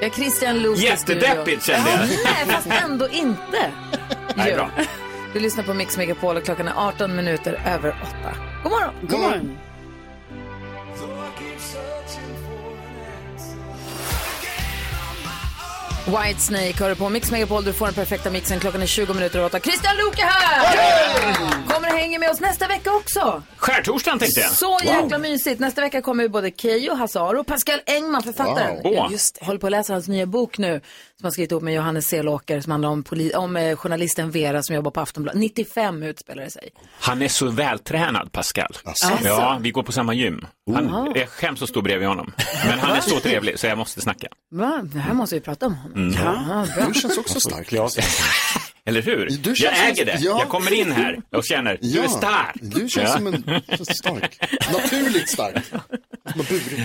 Speaker 1: Jag är Christian Luuk i
Speaker 16: Jättedeppigt
Speaker 1: studion.
Speaker 16: kände jag.
Speaker 1: Nej, fast ändå inte.
Speaker 16: Nej, bra.
Speaker 1: Du lyssnar på Mix Megapol och klockan är 18 minuter över 8. God morgon.
Speaker 7: God morgon.
Speaker 1: Whitesnake hör du på Mix Megapol. Du får den perfekta mixen. Klockan är 20 minuter över 8. Christian Luuk är här! Kommer och hänger med oss nästa vecka också.
Speaker 16: Skärtorsdagen tänkte jag.
Speaker 1: Så jäkla mysigt. Nästa vecka kommer ju både Keyyo, Hasse Aro och Pascal Engman, författaren.
Speaker 16: Wow.
Speaker 1: Jag just håller på att läsa hans nya bok nu. Som han skrivit ihop med Johannes Selåker som handlar om, poli- om eh, journalisten Vera som jobbar på Aftonbladet. 95 utspelar det sig.
Speaker 16: Han är så vältränad, Pascal.
Speaker 3: Alltså.
Speaker 1: Asså.
Speaker 16: Ja, vi går på samma gym. Han, jag skäms att stå bredvid honom. Men han är så trevlig, så jag måste snacka.
Speaker 1: Va? Det här måste vi prata om honom.
Speaker 16: Mm.
Speaker 1: Ja, bra.
Speaker 3: Du känns också stark.
Speaker 16: Eller hur?
Speaker 3: Du
Speaker 16: jag
Speaker 3: känns som-
Speaker 16: äger det.
Speaker 3: Ja.
Speaker 16: Jag kommer in här och känner, du är stark.
Speaker 3: Du känns som en stark, naturligt stark.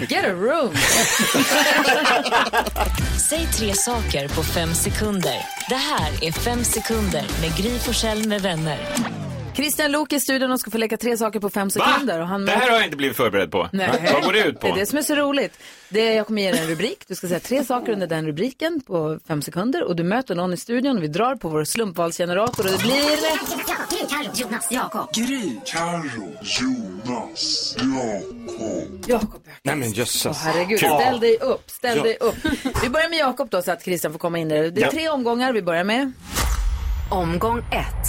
Speaker 1: Get a room!
Speaker 17: Säg tre saker på fem sekunder. Det här är Fem sekunder med Gry Forssell med vänner.
Speaker 1: Christian Luuk är i studion och ska få leka tre saker på fem sekunder. Och han
Speaker 16: Det här har jag inte blivit förberedd på.
Speaker 1: Nej.
Speaker 16: Vad går det ut
Speaker 1: Det är
Speaker 16: på?
Speaker 1: det som är så roligt. Det är, jag kommer ge dig en rubrik. Du ska säga tre saker under den rubriken på fem sekunder. Och du möter någon i studion och vi drar på vår slumpvalsgenerator och det blir...
Speaker 4: Gry, Carro, Jonas, Jakob. Gry, Carro, Jonas, Jakob.
Speaker 1: Jakob,
Speaker 2: Nej men jösses.
Speaker 1: Åh, herregud. Ställ dig upp, ställ
Speaker 2: Ja.
Speaker 1: dig upp. Vi börjar med Jakob då så att Christian får komma in där. Det är
Speaker 2: Ja.
Speaker 1: tre omgångar vi börjar med. Omgång ett.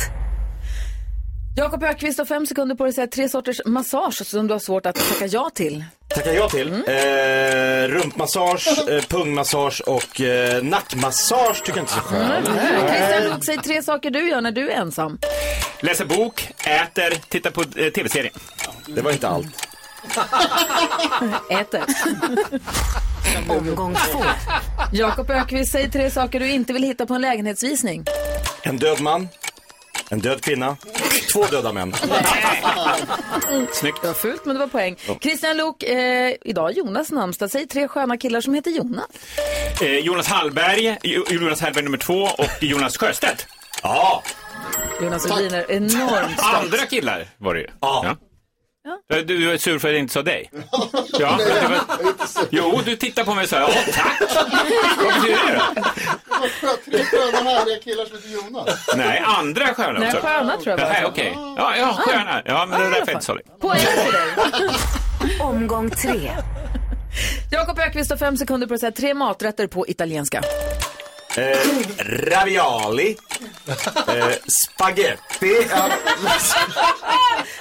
Speaker 1: Jakob Ökvist har fem sekunder på dig att säga tre sorters massage som du har svårt att tacka ja till.
Speaker 2: Tackar jag till.
Speaker 1: Mm.
Speaker 2: Eh, rumpmassage, eh, pungmassage och eh, nackmassage tycker jag inte så själv.
Speaker 1: Mm, Christian Luuk, säg tre saker du gör när du är ensam.
Speaker 16: Läser bok, äter, tittar på eh, tv-serien.
Speaker 2: Det var inte allt.
Speaker 1: Äter. Omgång två. Jakob Ökvist, säg tre saker du inte vill hitta på en lägenhetsvisning.
Speaker 2: En död man, en död kvinna, två döda män.
Speaker 16: Snyggt.
Speaker 1: Det var fult, men det var poäng.
Speaker 2: Mm. Ja.
Speaker 1: Christian Luuk, eh, idag Jonas namnsdag. Säg tre sköna killar som heter Jonas.
Speaker 16: Eh, Jonas Hallberg, Jo- Jonas Hallberg nummer två och Jonas Sjöstedt. Ja,
Speaker 1: Jonas Rhodin är enormt stolt.
Speaker 16: andra killar var det ju. Ja. Du, du är sur för att jag inte sa dig. Ja, det var... Jo, du tittar på mig så här. Ja, tack. Vad betyder det då?
Speaker 3: Tre sköna härliga killar som heter Jonas.
Speaker 16: Nej, andra stjärnor
Speaker 1: Nej,
Speaker 16: också.
Speaker 1: sköna tror jag bara.
Speaker 16: Nej, okej. Ja, ja, stjärna. Ja, men det är därför jag inte sa det.
Speaker 1: Poäng för dig. Omgång tre. Jakob Ökvist har fem sekunder på sig att säga tre maträtter på italienska.
Speaker 2: Eh, ravioli, eh, spaghetti.
Speaker 1: här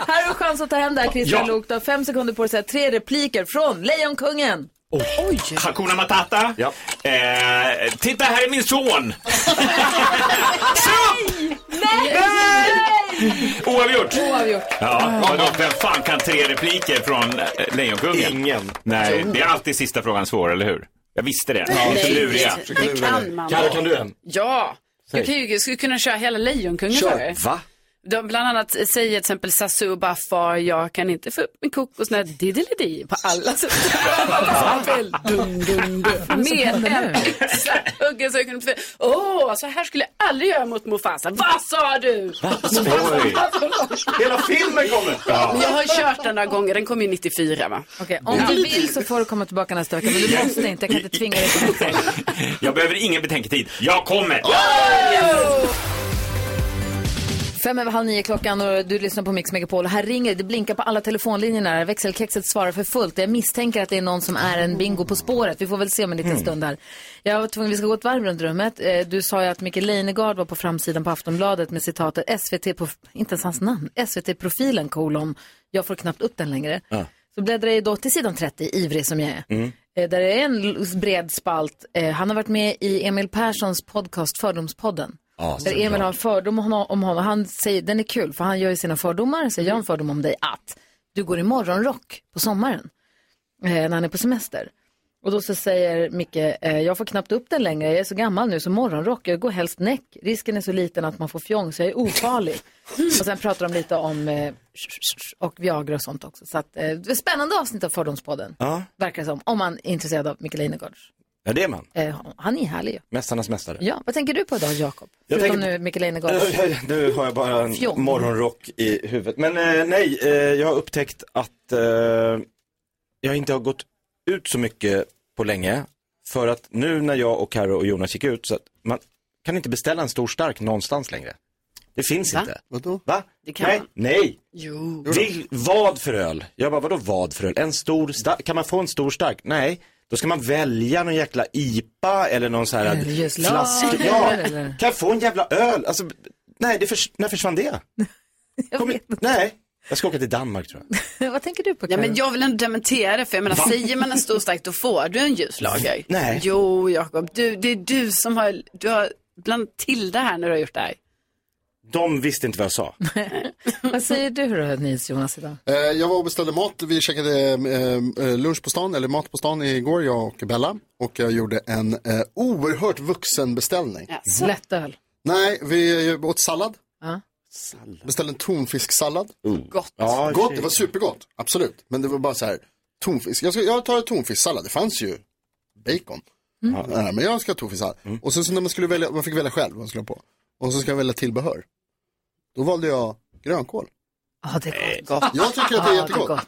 Speaker 1: har du chans att ta hem det här Christian
Speaker 2: Ja.
Speaker 1: Luuk. Du har fem sekunder på dig att säga tre repliker från Lejonkungen.
Speaker 16: Oj. Hakuna Matata. Eh, titta, här är min son.
Speaker 1: Nej!
Speaker 16: Oavgjort.
Speaker 1: Oavgjort.
Speaker 7: Ah.
Speaker 16: Ja, vadå, vem fan kan tre repliker från eh, Lejonkungen? Ingen. Nej,
Speaker 7: Alltså,
Speaker 16: det är alltid sista frågan svår, eller hur? Jag visste det.
Speaker 7: Nej,
Speaker 16: Ni är så
Speaker 7: det-
Speaker 16: luriga.
Speaker 7: det Försöker lura kan dig. man. Kalle, kan du en? Ja,
Speaker 16: Säg.
Speaker 7: jag kan ju, jag skulle kunna köra hela Lejonkungen för er.
Speaker 2: Va?
Speaker 7: De bland annat säger till exempel Sasu bara far jag kan inte få upp min kokosnöt diddelidi på alla sätt. Apel, dum, dum, dum. Med en yxa, huggen så jag kunde få- Åh, så här skulle jag aldrig göra mot Mufasa. Vad sa du?
Speaker 4: Oj. Hela filmen kommer. Ja.
Speaker 7: Men jag har kört den några gånger, den kom ju 94 va?
Speaker 1: Okej, Om du vill så får du komma tillbaka nästa vecka, men du måste inte. Jag kan inte tvinga dig.
Speaker 16: Jag behöver ingen betänketid. Jag kommer!
Speaker 1: Fem över halv nio klockan och du lyssnar på Mix Megapol. Här ringer det, det blinkar på alla telefonlinjerna. Växelkexet svarar för fullt. Jag misstänker att det är någon som är en bingo på spåret. Vi får väl se om en liten
Speaker 18: Mm.
Speaker 1: stund här. Jag var tvungen, vi ska gå ett varv runt rummet. Eh, Du sa ju att Micke Leijnegard var på framsidan på Aftonbladet med citatet SVT, på, inte ens hans namn, SVT-profilen kolon. Jag får knappt upp den längre. Så bläddrar jag då till sidan 30, ivrig som jag är.
Speaker 2: Mm.
Speaker 1: Eh, Där är en l- bred spalt. Eh, Han har varit med i Emil Perssons podcast Fördomspodden.
Speaker 4: Ja,
Speaker 1: där
Speaker 4: såklart.
Speaker 1: Emil har en fördom om honom- om honom. Han säger, den är kul för han gör ju sina fördomar. Så jag har en fördom om dig att du går i morgonrock på sommaren. eh, När han är på semester. Och då så säger Micke, eh, jag får knappt upp den längre. Jag är så gammal nu så morgonrock, jag går helst näck. Risken är så liten att man får fjong så jag är ofarlig. och sen pratar de lite om eh, och Viagra och sånt också. Så att, eh, det är ett spännande avsnitt av Fördomspodden.
Speaker 2: Ja.
Speaker 1: Verkar det som. Om man är intresserad av Mikael Einergårds.
Speaker 2: ja, det är man.
Speaker 1: Eh, han är härlig ju.
Speaker 2: Mästarnas mästare.
Speaker 1: Ja, vad tänker du på idag Jakob?
Speaker 2: Jag
Speaker 1: Förutom
Speaker 2: tänker-
Speaker 1: nu Mikael Einergårds.
Speaker 2: Eh, Nu har jag bara en
Speaker 1: Fjong.
Speaker 2: morgonrock i huvudet. Men eh, nej, eh, jag har upptäckt att eh, jag inte har gått ut så mycket på länge. För att nu när jag och Karo och Jonas gick ut så att man kan inte beställa en stor stark någonstans längre. Det finns inte.
Speaker 3: Vadå?
Speaker 2: Va?
Speaker 7: Det kan
Speaker 2: nej,
Speaker 7: man.
Speaker 2: nej.
Speaker 7: Jo.
Speaker 2: Det är vad för öl? Jag bara, vadå vad för öl? En stor stark? Kan man få en stor stark? Nej. Då ska man välja någon jäkla IPA eller någon så här
Speaker 1: Öljuslager
Speaker 2: flask. Ja,
Speaker 1: eller-
Speaker 2: kan jag få en jävla öl? Alltså, nej, det förs- när försvann det? Kom- Nej, jag ska åka till Danmark tror jag.
Speaker 1: Vad tänker du på
Speaker 7: Ja, men jag vill ändå dementera det, för jag menar,
Speaker 2: Va?
Speaker 7: säger man en stor stark då får du en ljuslager.
Speaker 2: Nej.
Speaker 7: Jo, Jakob, du, det är du som har, du har bland till det här när du har gjort det här.
Speaker 2: De visste inte vad jag sa.
Speaker 1: vad säger du då Nils Jonas idag?
Speaker 3: Eh, Jag var och beställde mat. Vi käkade eh, eh, lunch på stan, eller mat på stan igår, jag och Bella. Och jag gjorde en eh, oerhört vuxen beställning.
Speaker 1: Lättöl.
Speaker 3: Nej, vi åt sallad.
Speaker 1: Ja.
Speaker 3: Beställde en tonfisksallad.
Speaker 7: Gott.
Speaker 3: Ja, Gott, det var supergott, absolut. Men det var bara så här, tonfisk. Jag, ska, jag tar en tonfisksallad, det fanns ju bacon. Nej, men jag ska ha tonfisksallad.
Speaker 2: Mm.
Speaker 3: Och sen så när man skulle välja, man fick välja själv vad man skulle ha på. Och så ska jag välja tillbehör. Då valde jag grönkål.
Speaker 1: Ja, det är
Speaker 3: gott. Jag tycker att det är jättegott.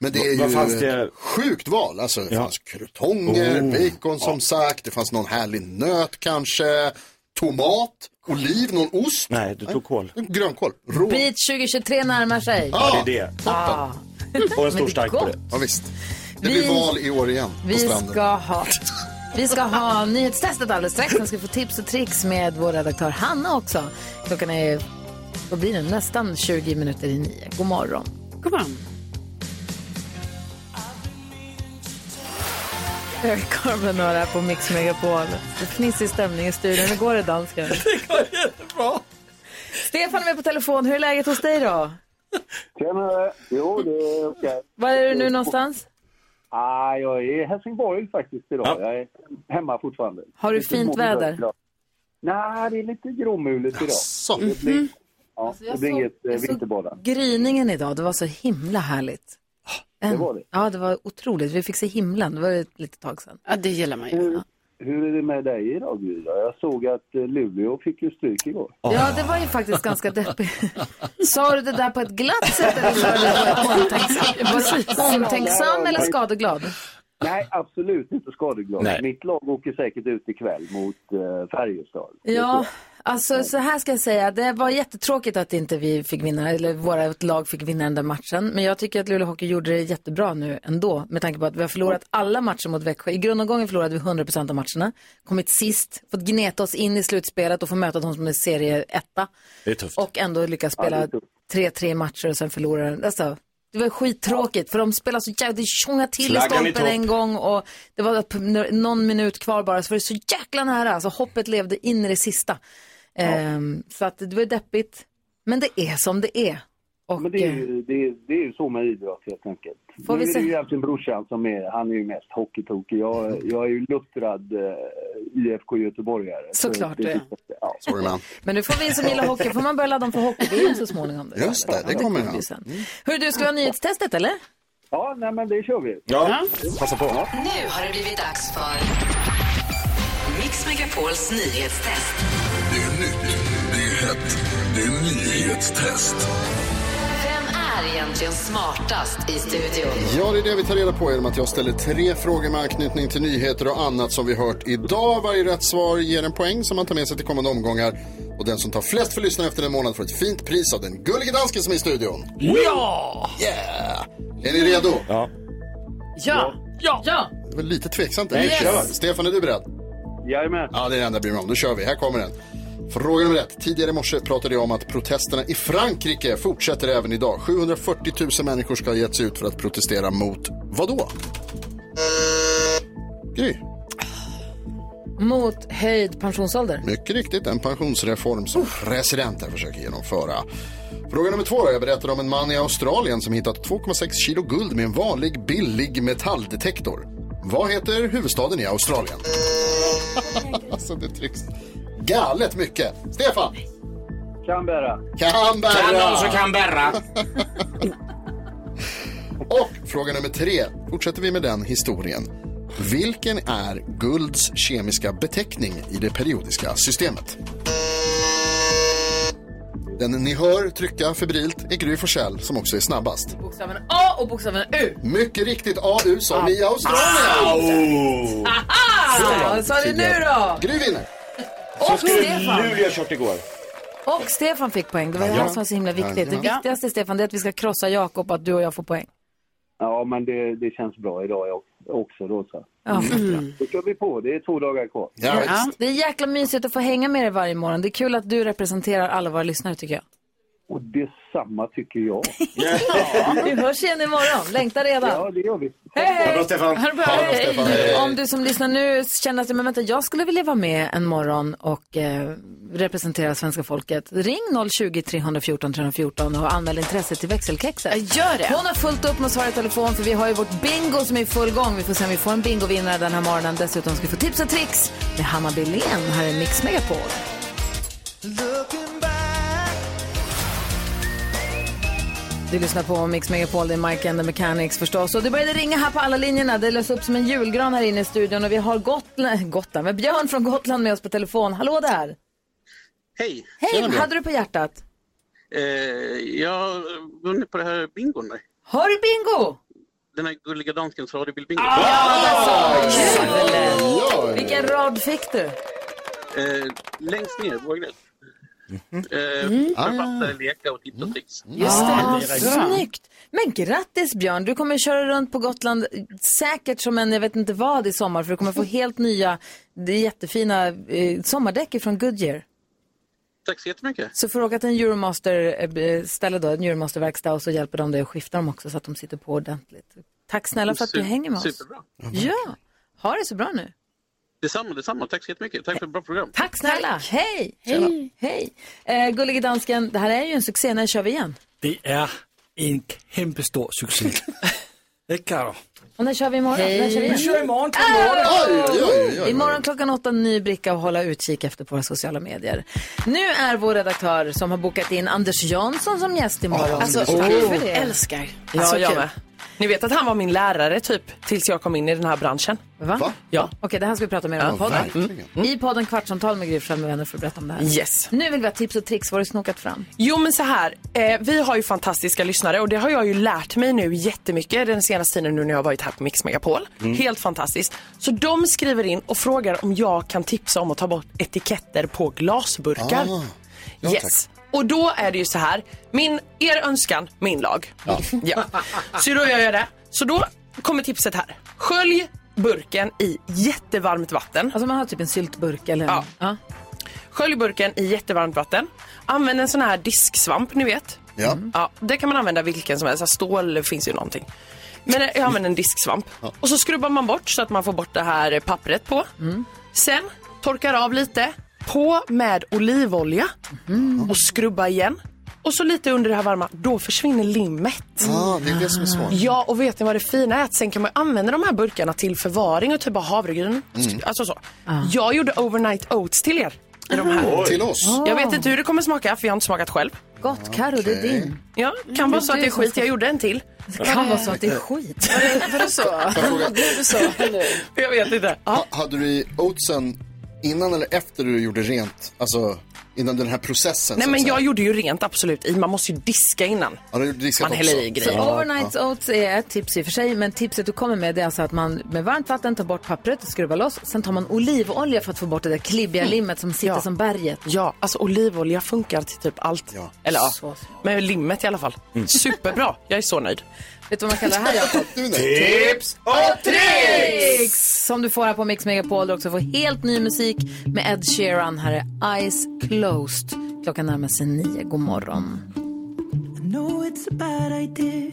Speaker 3: Men det är
Speaker 2: Vad
Speaker 3: ju
Speaker 2: fanns
Speaker 3: ett
Speaker 2: det?
Speaker 3: sjukt val. Alltså, det fanns krutonger,
Speaker 2: Oh.
Speaker 3: bacon som sagt, det fanns någon härlig nöt kanske, tomat, oliv, någon ost.
Speaker 2: Nej, du tog kål.
Speaker 3: Grönkål, rå.
Speaker 1: Beat 2023 närmar sig.
Speaker 3: Ja,
Speaker 2: det är det.
Speaker 1: Ah.
Speaker 2: Och en
Speaker 1: Men
Speaker 2: stor
Speaker 1: det är
Speaker 2: stark på det.
Speaker 3: Ja, visst. Det
Speaker 1: Vi-
Speaker 3: blir val i år igen på
Speaker 1: Vi
Speaker 3: stranden.
Speaker 1: ska ha... Vi ska ha nyhetstestet alldeles strax. Sen ska vi få tips och tricks med vår redaktör Hanna också. Klockan är vad blir det, nästan 20 minuter i nio. God morgon.
Speaker 7: God morgon.
Speaker 1: Eric Carmen har det här på Mix Megapol. Det är Fnissig stämning i studion. Hur går det dansken? Stefan är med på telefon. Hur är läget hos dig då?
Speaker 19: Tjenare! Jo, det är okej.
Speaker 1: Var är du nu någonstans?
Speaker 19: Ah, jag är i Helsingborg faktiskt idag. Jag är hemma fortfarande.
Speaker 1: Har du
Speaker 19: Lite
Speaker 1: fint
Speaker 19: småväder
Speaker 1: väder?
Speaker 19: idag. Nej, det är lite gråmulet idag. Det blir, ja,
Speaker 1: Mm-hmm. Alltså, jag
Speaker 19: det blir
Speaker 1: såg-
Speaker 19: inget eh,
Speaker 1: jag såg-
Speaker 19: vinterbada.
Speaker 1: Gryningen idag, det var så himla härligt.
Speaker 19: det var det.
Speaker 1: Ja, det var otroligt. Vi fick se himlen. Det var ett litet tag sedan.
Speaker 19: Mm.
Speaker 7: Ja, det gillar man ju.
Speaker 19: hur är det med dig idag Gryra? Jag såg att eh, Luleå fick ju stryk igår.
Speaker 7: Ja, det var ju faktiskt ganska deppigt. Sa du det där på ett glatt sätt eller sa du det på ett omtänks- var du omtänksam eller skadeglad?
Speaker 19: Nej, absolut inte skadeglad. Mitt lag åker säkert ut ikväll mot eh, Färjestad.
Speaker 1: Ja, alltså så här ska jag säga. Det var jättetråkigt att inte vi fick vinna, eller våra lag fick vinna den där matchen. Men jag tycker att Luleå Hockey gjorde det jättebra nu ändå. Med tanke på att vi har förlorat alla matcher mot Växjö. I grundomgången förlorade vi 100% av matcherna. Kommit sist, fått gneta oss in i slutspelet och få möta de som är serieetta.
Speaker 20: Det är tufft.
Speaker 1: Och ändå lyckas spela 3-3 matcher och sen förlora. Alltså, det var skittråkigt för de spelar så jävla, det tjongar till i
Speaker 7: Flaggan i
Speaker 1: stolpen
Speaker 7: topp.
Speaker 1: en gång och det var p- n- någon minut kvar bara så var det så jäkla nära. Alltså hoppet levde in i det sista. Ehm, så att det var deppigt. Men det är som det är. Och,
Speaker 19: Men det är, ju, det, är, det är ju så med idrott helt enkelt.
Speaker 1: Får
Speaker 19: nu
Speaker 1: vi
Speaker 19: är det
Speaker 1: se?
Speaker 19: ju egentligen brorsan som är, han är ju mest hockeytokig. Jag, jag är ju luttrad eh, IFK Göteborgare.
Speaker 1: Såklart
Speaker 19: Så typ-
Speaker 1: du är.
Speaker 19: Ja.
Speaker 3: Sorry man.
Speaker 1: Men nu får vi som gillar hockey, får man börja ladda om för hockey så småningom.
Speaker 3: Just det, det kommer
Speaker 1: ju
Speaker 3: han.
Speaker 1: sen. Hur du, ska vi ha nyhetstestet eller?
Speaker 19: Ja, nej men det kör vi.
Speaker 3: Ja, passa på.
Speaker 21: Nu har det blivit dags för Mix Megapols nyhetstest.
Speaker 22: Det är nytt, det är hett, det är nyhetstest.
Speaker 21: Vem är egentligen smartast i studion?
Speaker 3: Ja, det är det vi tar reda på genom att jag ställer tre frågor med anknytning till nyheter och annat som vi hört idag. Varje rätt svar ger en poäng som man tar med sig till kommande omgångar. Och den som tar flest för lyssnarna efter en månad får ett fint pris av den gullige dansken som är i studion.
Speaker 23: Ja!
Speaker 3: Yeah! Är ni redo?
Speaker 20: Ja.
Speaker 7: Ja!
Speaker 3: Ja! ja. Det var lite tveksamt.
Speaker 23: Nej,
Speaker 3: Yes.
Speaker 23: kör.
Speaker 3: Stefan, är du beredd?
Speaker 19: Jajamän.
Speaker 3: Ja, det är det enda jag bryr mig om. Då kör vi. Här kommer den. Fråga nummer ett. Tidigare i morse pratade jag om att protesterna i Frankrike fortsätter även idag. 740 000 människor ska ha gett sig ut för att protestera mot vad då? Gry.
Speaker 1: Mot höjd pensionsålder.
Speaker 3: Mycket riktigt en pensionsreform som presidenten försöker genomföra. Fråga nummer två. då. Jag berättar om en man i Australien som hittat 2,6 kilo guld med en vanlig billig metalldetektor. Vad heter huvudstaden i Australien? alltså det trycks galet mycket. Stefan!
Speaker 19: Canberra.
Speaker 3: Canberra!
Speaker 19: Kan också
Speaker 24: Canberra.
Speaker 3: Och fråga nummer tre. Fortsätter vi med den historien. Vilken är gulds kemiska beteckning i det periodiska systemet? Den ni hör trycka febrilt är Gry Forssell som också är snabbast.
Speaker 1: Bokstaven A och bokstaven U.
Speaker 3: Mycket riktigt AU som i Australien.
Speaker 1: Au! Ah. Aha! Vad sa du nu då?
Speaker 3: Gry vinner.
Speaker 1: Och Stefan.
Speaker 20: Luleå ha kört igår.
Speaker 1: Och Stefan fick poäng. Det var det
Speaker 19: Ja.
Speaker 1: här som var så himla viktigt. Det
Speaker 19: Ja.
Speaker 1: viktigaste Stefan, det är att vi ska krossa Jakob och att du och jag får poäng.
Speaker 19: Ja, men det, det känns bra idag jag- också då så. Mm.
Speaker 1: Ja. Mm.
Speaker 19: Då kör vi på. Det är två dagar kvar.
Speaker 1: Ja. Det är jäkla mysigt att få hänga med dig varje morgon. Det är kul att du representerar alla våra lyssnare tycker jag.
Speaker 19: Och detsamma tycker jag.
Speaker 1: Vi hörs igen imorgon. Längtar redan.
Speaker 19: Ja, det gör vi.
Speaker 1: Hej, hej!
Speaker 19: Ha det bra, Stefan.
Speaker 1: Ha det bra.
Speaker 19: Ha det bra, Stefan.
Speaker 1: Hej.
Speaker 19: Hej.
Speaker 1: Om du som lyssnar nu känner att men vänta, jag skulle vilja vara med en morgon och eh, representera svenska folket. Ring 020-314 314 och anmäl intresse till växelkexet.
Speaker 7: Gör det.
Speaker 1: Hon har fullt upp med att svara i telefon för vi har ju vårt bingo som är i full gång. Vi får se om vi får en bingovinnare den här morgonen. Dessutom ska vi få tips och tricks med Hanna Billén. Här är Mix Megapol. Du lyssnar på Mix Megapol, det är Mike and the Mechanics förstås. Och det började ringa här på alla linjerna. Det lös upp som en julgran här inne i studion. Och vi har Gotland, Gotland, men Björn från Gotland med oss på telefon. Hallå där!
Speaker 4: Hej!
Speaker 1: Hej, vad hade du på hjärtat?
Speaker 4: Eh, jag har vunnit på det här bingon. där.
Speaker 1: Har du bingo?
Speaker 4: Den här gulliga dansken som hade bildbingo.
Speaker 1: Ah, Kul! Vilken rad fick du?
Speaker 4: Eh, längst ner, vågrätt. Eh, Författare, leka och titta och tricks.
Speaker 1: Mm. Ja, Ah, snyggt! Men grattis Björn, du kommer köra runt på Gotland säkert som en jag vet inte vad i sommar för du kommer få helt nya det är jättefina eh, sommardäck från Goodyear.
Speaker 4: Tack så jättemycket.
Speaker 1: Så får du åka till en Euromaster-ställe då, en Euromaster-verkstad och så hjälper de dig att skifta dem också så att de sitter på ordentligt. Tack snälla för att du
Speaker 4: Super-
Speaker 1: hänger med oss.
Speaker 4: Superbra.
Speaker 1: Ja, ha det så bra nu.
Speaker 4: Detsamma, detsamma. Tack så jättemycket. Tack för ett bra program.
Speaker 1: Tack snälla. Hej! Hej! Hej. Eh, Gullige dansken, det här är ju en succé, när kör vi igen?
Speaker 9: Det är en kämpestor succé. Det kan du.
Speaker 1: Och när kör vi imorgon?
Speaker 9: Hej.
Speaker 1: När kör vi, igen? Ah!
Speaker 9: Vi kör imorgon klockan
Speaker 1: Åh!
Speaker 9: åtta. Oj, oj, oj, oj.
Speaker 1: Imorgon klockan åtta, ny bricka och hålla utkik efter på våra sociala medier. Nu är vår redaktör som har bokat in Anders Jansson som gäst imorgon.
Speaker 25: Alltså,
Speaker 1: Så kul.
Speaker 25: älskar.
Speaker 1: Ja,
Speaker 25: så
Speaker 1: jag
Speaker 25: kul.
Speaker 1: med.
Speaker 25: Ni vet att han var min lärare typ tills jag kom in i den här branschen.
Speaker 1: Va?
Speaker 25: Ja.
Speaker 1: Okej, det här ska vi prata om i den här
Speaker 25: Ja,
Speaker 1: podden.
Speaker 25: verkligen.
Speaker 1: Mm. I podden Kvartsamtal med Gry Forssell med vänner får du berätta om det här.
Speaker 25: Yes.
Speaker 1: Nu vill vi ha tips och tricks. Vad har du snokat fram?
Speaker 25: Jo men så här, eh, vi har ju fantastiska lyssnare och det har jag ju lärt mig nu jättemycket den senaste tiden nu när jag har varit här på Mix Megapol.
Speaker 4: Mm.
Speaker 25: Helt fantastiskt. Så de skriver in och frågar om jag kan tipsa om att ta bort etiketter på glasburkar.
Speaker 4: Ah. Ja,
Speaker 25: yes. Och då är det ju så här, min, er önskan, min lag. Ja. Så då gör jag det. Så då kommer tipset här. Skölj burken i jättevarmt vatten. Alltså
Speaker 1: man har typ en syltburk eller?
Speaker 25: Ja. Skölj burken i jättevarmt vatten. Använd en sån här disksvamp ni vet.
Speaker 3: Ja.
Speaker 25: Ja, det kan man använda vilken som helst. Så här, Stål finns ju någonting. Men eh, jag använder en disksvamp. Och så skrubbar man bort så att man får bort det här eh, pappret på.
Speaker 3: Mm.
Speaker 25: Sen torkar av lite. På med olivolja.
Speaker 3: Mm.
Speaker 25: Och skrubba igen. Och så lite under det här varma. Då försvinner limmet.
Speaker 3: Ja, Ah, det är det som är svårt.
Speaker 25: Ja, och vet ni vad det fina är? Att sen kan man använda de här burkarna till förvaring och typ av havregryn.
Speaker 3: Mm.
Speaker 25: Alltså så.
Speaker 1: Ah.
Speaker 25: Jag gjorde overnight oats till er. i De här.
Speaker 3: Oj. Till oss?
Speaker 25: Jag vet inte hur det kommer smaka för jag har inte smakat själv.
Speaker 1: Gott, Karo, det är din.
Speaker 25: Ja, kan
Speaker 1: Mm,
Speaker 25: vara
Speaker 1: det
Speaker 25: så
Speaker 1: är
Speaker 25: att det är
Speaker 1: du som
Speaker 25: skit.
Speaker 1: ska-
Speaker 25: Jag gjorde en till.
Speaker 1: Det kan vara så att det är skit.
Speaker 25: Vadå så?
Speaker 3: Blev
Speaker 25: det så? Jag vet inte.
Speaker 3: Ha, hade du i oatsen innan eller efter du gjorde rent? Alltså innan den här processen?
Speaker 25: Nej
Speaker 3: så att
Speaker 25: men
Speaker 3: säga.
Speaker 25: jag gjorde ju rent absolut i. Man måste ju diska innan.
Speaker 3: Ja, du gjorde diskat
Speaker 25: Man
Speaker 3: också.
Speaker 25: häller i grejer.
Speaker 1: Så overnight oats är ett tips i och för sig, men tipset du kommer med det är alltså att man med varmt vatten tar bort pappret och skruvar loss. Sen tar man olivolja för att få bort det där klibbiga limmet som sitter som berget.
Speaker 25: Mm. Ja, alltså olivolja funkar till typ allt. Eller
Speaker 1: Så
Speaker 25: ja, med limmet i alla fall.
Speaker 3: Mm.
Speaker 25: Superbra, jag är så nöjd.
Speaker 1: Vet du vad man kallar det här Jakob?
Speaker 25: Tips
Speaker 4: och
Speaker 25: tricks!
Speaker 1: Som du får här på Mix Megapol. Du också får helt ny musik med Ed Sheeran. Här är Eyes Closed. Klockan närmar sig nio. God morgon.
Speaker 4: No, it's a bad idea.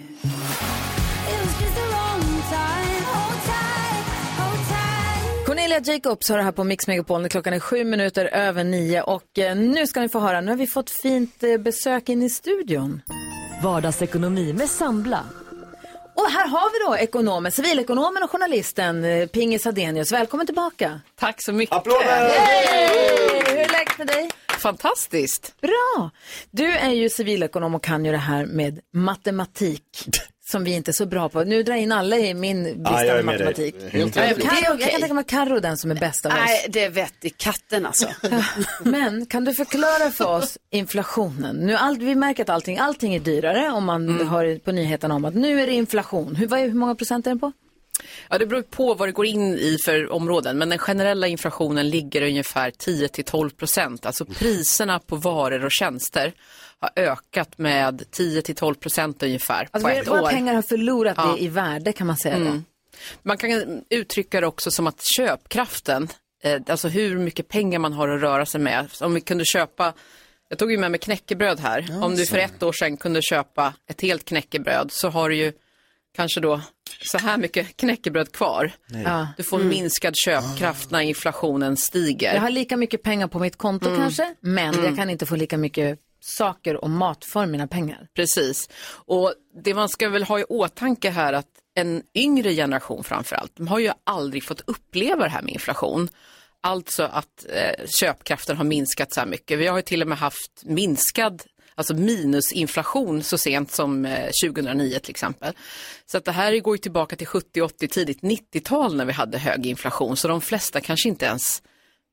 Speaker 1: Cornelia Jacobs har det här på Mix Megapol när klockan är sju minuter över nio och eh, nu ska ni få höra, nu har vi fått fint eh, besök in i studion.
Speaker 8: Vardagsekonomi med Sambla.
Speaker 1: Och här har vi då ekonomen, civilekonomen och journalisten eh, Pingis Hadenius. Välkommen tillbaka.
Speaker 18: Tack så mycket.
Speaker 1: Hur är läget med dig?
Speaker 18: Fantastiskt.
Speaker 1: Bra! Du är ju civilekonom och kan ju det här med matematik. Som vi inte är så bra på. Nu drar jag in alla i min bristande
Speaker 18: Ja, jag är med dig.
Speaker 1: matematik.
Speaker 18: Helt
Speaker 1: Ja,
Speaker 18: rätt.
Speaker 1: Karo,
Speaker 18: Det är
Speaker 1: jag
Speaker 18: okej.
Speaker 1: kan tänka mig att Carro är den som är bäst av oss.
Speaker 18: Nej, det är vett i katten alltså.
Speaker 1: Men kan du förklara för oss inflationen? Nu all, vi märker att allting, allting är dyrare om man
Speaker 18: Mm.
Speaker 1: hör på nyheterna om att nu är det inflation. Hur, vad är, hur många procent är den på?
Speaker 18: Ja, det beror på vad det går in i för områden, men den generella inflationen ligger ungefär 10-12 procent. Alltså priserna på varor och tjänster har ökat med 10-12 procent ungefär
Speaker 1: Alltså,
Speaker 18: på
Speaker 1: vi-
Speaker 18: ett
Speaker 1: våra
Speaker 18: år.
Speaker 1: pengar har förlorat
Speaker 18: Ja.
Speaker 1: det i värde kan man säga då.
Speaker 18: Mm. Man kan uttrycka det också som att köpkraften, eh, alltså hur mycket pengar man har att röra sig med. Om vi kunde köpa, jag tog ju med mig knäckebröd här, om du för ett år sedan kunde köpa ett helt knäckebröd så har du ju kanske då så här mycket knäckebröd kvar.
Speaker 1: Nej. Ja.
Speaker 18: Du får
Speaker 1: Mm.
Speaker 18: minskad köpkraft när inflationen stiger.
Speaker 1: Jag har lika mycket pengar på mitt konto
Speaker 18: Mm.
Speaker 1: kanske, men
Speaker 18: Mm.
Speaker 1: jag kan inte få lika mycket saker och mat för mina pengar.
Speaker 18: Precis. Och det man ska väl ha i åtanke här att en yngre generation framförallt, de har ju aldrig fått uppleva det här med inflation. Alltså att eh, köpkraften har minskat så här mycket. Vi har ju till och med haft minskad, alltså minusinflation så sent som eh, 2009 till exempel. Så att det här går ju tillbaka till 70, 80, tidigt 90-tal när vi hade hög inflation. Så de flesta kanske inte ens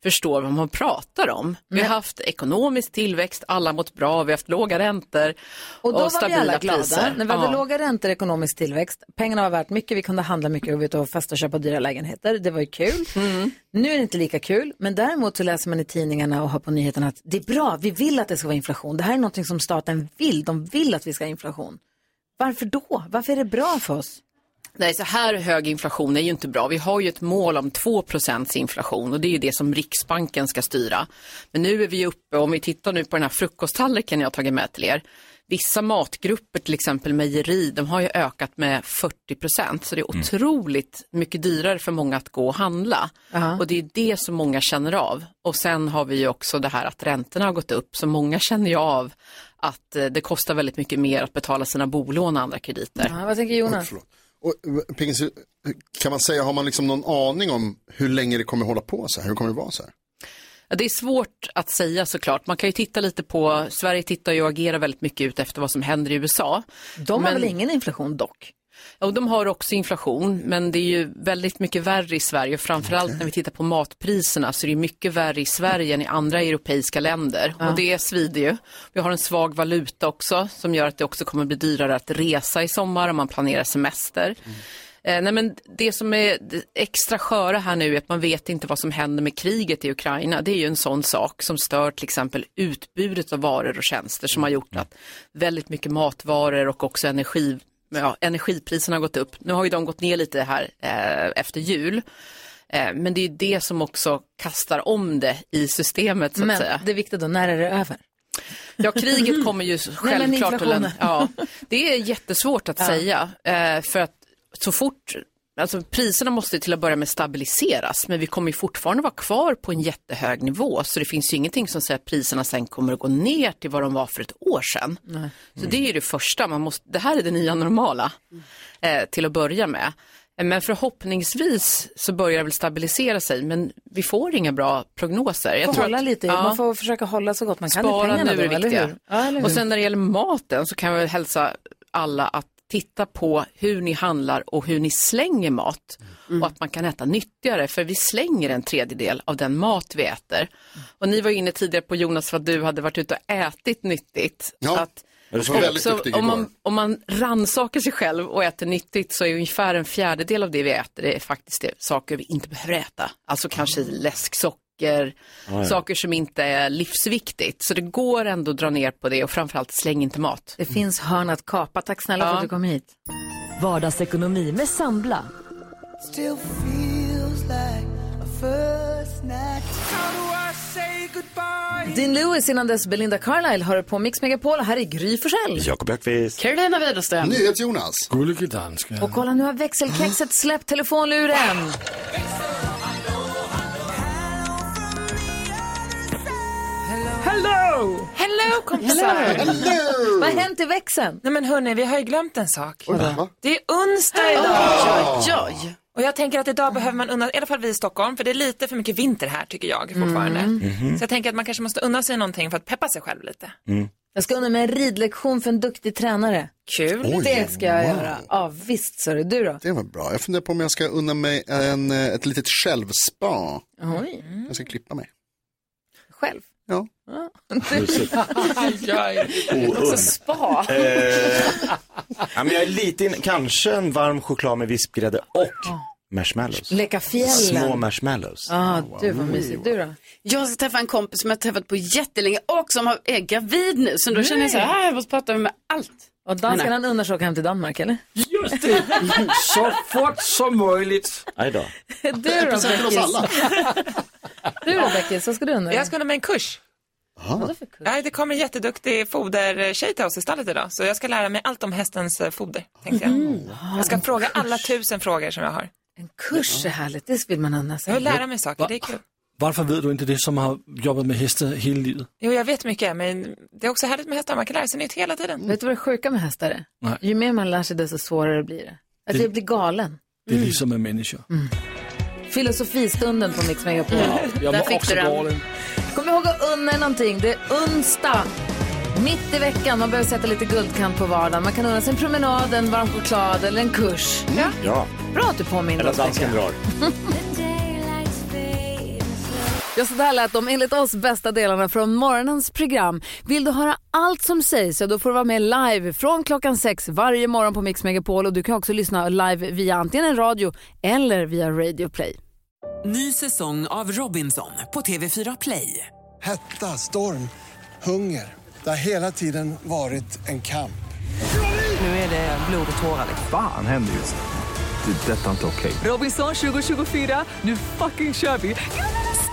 Speaker 18: förstår vad man pratar om. Vi har haft ekonomisk tillväxt, alla mått bra, vi har haft låga räntor
Speaker 1: Och då var vi
Speaker 18: stabila
Speaker 1: alla glada.
Speaker 18: priser.
Speaker 1: När vi hade
Speaker 18: Ja.
Speaker 1: låga räntor, ekonomisk tillväxt, pengarna var värt mycket, vi kunde handla mycket och vi och festa och köpa dyra lägenheter. Det var ju kul. Nu är det inte lika kul, men däremot så läser man i tidningarna och hör på nyheterna att det är bra, vi vill att det ska vara inflation. Det här är någonting som staten vill, de vill att vi ska ha inflation. Varför då? Varför är det bra för oss?
Speaker 18: Nej, så här hög inflation är ju inte bra. Vi har ju ett mål om 2 inflation och det är ju det som Riksbanken ska styra. Men nu är vi ju uppe, om vi tittar nu på den här frukosttallriken jag har tagit med till er. Vissa matgrupper, till exempel mejeri, de har ju ökat med 40 så det är
Speaker 4: Mm.
Speaker 18: otroligt mycket dyrare för många att gå och handla.
Speaker 4: Ja.
Speaker 18: Och det är det som många känner av. Och sen har vi ju också det här att räntorna har gått upp, så många känner ju av att eh, det kostar väldigt mycket mer att betala sina bolån och andra krediter.
Speaker 1: Ja, vad tänker Jonas?
Speaker 3: Och, eh, Pingis, hur- kan man säga, har man liksom någon aning om hur länge det kommer hålla på så här? Hur kommer det vara så här?
Speaker 18: Ja, Det är svårt att säga såklart. Man kan ju titta lite på, Sverige tittar ju och agerar väldigt mycket ut efter vad som händer i USA.
Speaker 1: De har väl ingen inflation dock?
Speaker 18: Och de har också inflation, men det är ju väldigt mycket värre i Sverige. Framförallt när vi tittar på matpriserna så är det mycket värre i Sverige än i andra europeiska länder.
Speaker 1: Ja.
Speaker 18: Och det svider ju. Vi har en svag valuta också som gör att det också kommer bli dyrare att resa i sommar om man planerar semester.
Speaker 1: Mm.
Speaker 18: Eh, nej men det som är det extra sköra här nu är att man vet inte vad som händer med kriget i Ukraina. Det är ju en sån sak som stör till exempel utbudet av varor och tjänster
Speaker 1: Mm.
Speaker 18: som har gjort att väldigt mycket matvaror och också energi, ja, energipriserna har gått upp. Nu har ju de gått ner lite här eh, efter jul. Eh, men det är ju det som också kastar om det i systemet så
Speaker 1: Men
Speaker 18: att säga.
Speaker 1: det är viktigt då, när är det över?
Speaker 18: Ja, kriget kommer ju
Speaker 1: Mm-hmm. Nej, men
Speaker 18: självklart att
Speaker 1: inflationen.
Speaker 18: lön- ja, Det är jättesvårt att
Speaker 1: Ja.
Speaker 18: säga, eh, för att så fort Alltså priserna måste till att börja med stabiliseras, men vi kommer ju fortfarande vara kvar på en jättehög nivå, så det finns ju ingenting som säger att priserna sen kommer att gå ner till vad de var för ett år sedan.
Speaker 1: Nej.
Speaker 18: Så det är ju det första, man måste, det här är det nya normala
Speaker 1: Mm.
Speaker 18: eh, till att börja med. Eh, Men förhoppningsvis så börjar det väl stabilisera sig, men vi får inga bra prognoser.
Speaker 1: Får hålla lite, i.
Speaker 18: ja.
Speaker 1: man får försöka hålla så gott man kan i
Speaker 18: Spara
Speaker 1: pengarna
Speaker 18: nu är
Speaker 1: då,
Speaker 18: det
Speaker 1: eller
Speaker 18: viktiga.
Speaker 1: hur? Ja, eller hur?
Speaker 18: Och sen när det gäller maten så kan jag väl hälsa alla att titta på hur ni handlar och hur ni slänger mat.
Speaker 1: Mm.
Speaker 18: Och att man kan äta nyttigare, för vi slänger en tredjedel av den mat vi äter. Och ni var inne tidigare på Jonas vad du hade varit ute och ätit nyttigt.
Speaker 3: Ja,
Speaker 18: att,
Speaker 3: jag var väldigt
Speaker 18: också,
Speaker 3: duktig
Speaker 18: om,
Speaker 3: igår.
Speaker 18: man, om man rannsakar sig själv och äter nyttigt så är ungefär en fjärdedel av det vi äter det är faktiskt det, saker vi inte behöver äta. Alltså kanske
Speaker 1: Mm.
Speaker 18: läsksocker,
Speaker 1: Ja, ja.
Speaker 18: saker som inte är livsviktigt. Så det går ändå att dra ner på det och framförallt släng inte mat.
Speaker 1: Det finns hörn att kapa. Tack snälla för
Speaker 18: Ja.
Speaker 1: att du kom hit. Vardagsekonomi med Sambla.
Speaker 26: Still feels like a first night. How do I say goodbye?
Speaker 1: Dean Lewis innan dess Belinda Carlisle hör på Mix Megapol. Här är Gry Forssell.
Speaker 2: Jakob Ökvist.
Speaker 1: Carolina Widerström.
Speaker 3: Jonas.
Speaker 9: Gullige danska.
Speaker 1: Och kolla, nu har växelkexet släppt telefonluren.
Speaker 6: Hello!
Speaker 1: Hello kompisar!
Speaker 6: Hello!
Speaker 1: Vad har hänt i växeln?
Speaker 6: Nej men hörni, vi har ju glömt en sak.
Speaker 1: Vadå?
Speaker 6: Det är onsdag idag.
Speaker 1: Oj, oj,
Speaker 6: Och jag tänker att idag behöver man unna, i alla fall vi i Stockholm, för det är lite för mycket vinter här tycker jag fortfarande.
Speaker 1: Mm.
Speaker 6: Så jag tänker att man kanske måste unna sig någonting för att peppa sig själv lite.
Speaker 1: Jag ska unna mig en ridlektion för en duktig tränare.
Speaker 6: Kul.
Speaker 3: Oj,
Speaker 1: det ska jag
Speaker 3: wow.
Speaker 1: göra. Ja, visst så är det du då.
Speaker 3: Det var bra. Jag funderar på om jag ska unna mig en, eh, ett litet självspa.
Speaker 1: Oj.
Speaker 3: Jag ska klippa mig.
Speaker 1: Själv?
Speaker 3: Ja.
Speaker 2: Mysigt.
Speaker 1: Så spa.
Speaker 3: Eh,
Speaker 2: ja, men jag är lite in... kanske en varm choklad med vispgrädde och marshmallows.
Speaker 1: Leka fjällen.
Speaker 2: Små marshmallows.
Speaker 1: Ja, ah, du vad mysigt. Du då?
Speaker 7: Jag ska träffa en kompis som jag har träffat på jättelänge och som har- är gravid nu. Så då känner jag så här, "Ah, jag måste prata med allt.
Speaker 1: Och dansken han undrar sig åka hem till Danmark eller?
Speaker 9: Just det! så fort som möjligt.
Speaker 2: Aj då.
Speaker 1: Du då Beckis? Du då Beckis, vad ska du unna dig?
Speaker 6: Jag ska unna mig en kurs. Nej, det kommer en jätteduktig fodertjej till oss i stallet idag, så jag ska lära mig allt om hästens eh, foder, tänkte jag.
Speaker 9: Mm.
Speaker 6: Jag ska fråga alla tusen frågor som jag har.
Speaker 1: Kurs är härligt, det vill man unna sig.
Speaker 6: Jag vill lära mig saker, det är kul.
Speaker 9: Varför vet du inte det som har jobbat med hästar hela livet?
Speaker 6: Jo, jag vet mycket, men det är också härligt med hästar, man kan lära sig nytt hela tiden.
Speaker 1: Vet du vad det sjuka med hästar är?
Speaker 9: Nej.
Speaker 1: Ju mer man lär sig desto svårare blir det. Att
Speaker 9: Det-
Speaker 1: jag blir galen.
Speaker 9: Det är liksom med människor.
Speaker 1: Filosofistunden på Mix Megapol.
Speaker 9: Ja, jag
Speaker 1: Där
Speaker 9: mår
Speaker 1: fick
Speaker 9: också
Speaker 1: du den.
Speaker 9: dåligt.
Speaker 1: Kom ihåg att unna er någonting. Det är onsdag. Mitt i veckan. Man behöver sätta lite guldkant på vardagen. Man kan unna sig en promenad, en varm choklad eller en kurs. Ja.
Speaker 2: Ja.
Speaker 1: Bra att du påminner
Speaker 2: Eller
Speaker 1: oss.
Speaker 2: att dansken drar.
Speaker 1: Ja, så där lät de enligt oss bästa delarna från morgonens program. Vill du höra allt som sägs så då får du vara med live från klockan sex varje morgon på Mix Megapol och du kan också lyssna live via antingen en radio eller via Radio Play.
Speaker 4: Ny säsong av Robinson på TV4 Play.
Speaker 27: Hetta, storm, hunger. Det har hela tiden varit en kamp.
Speaker 4: Nu är det blod och tårar. liksom.
Speaker 28: Fan händer just nu. Det. är Detta är inte okej.
Speaker 4: Robinson 2024, nu fucking kör vi!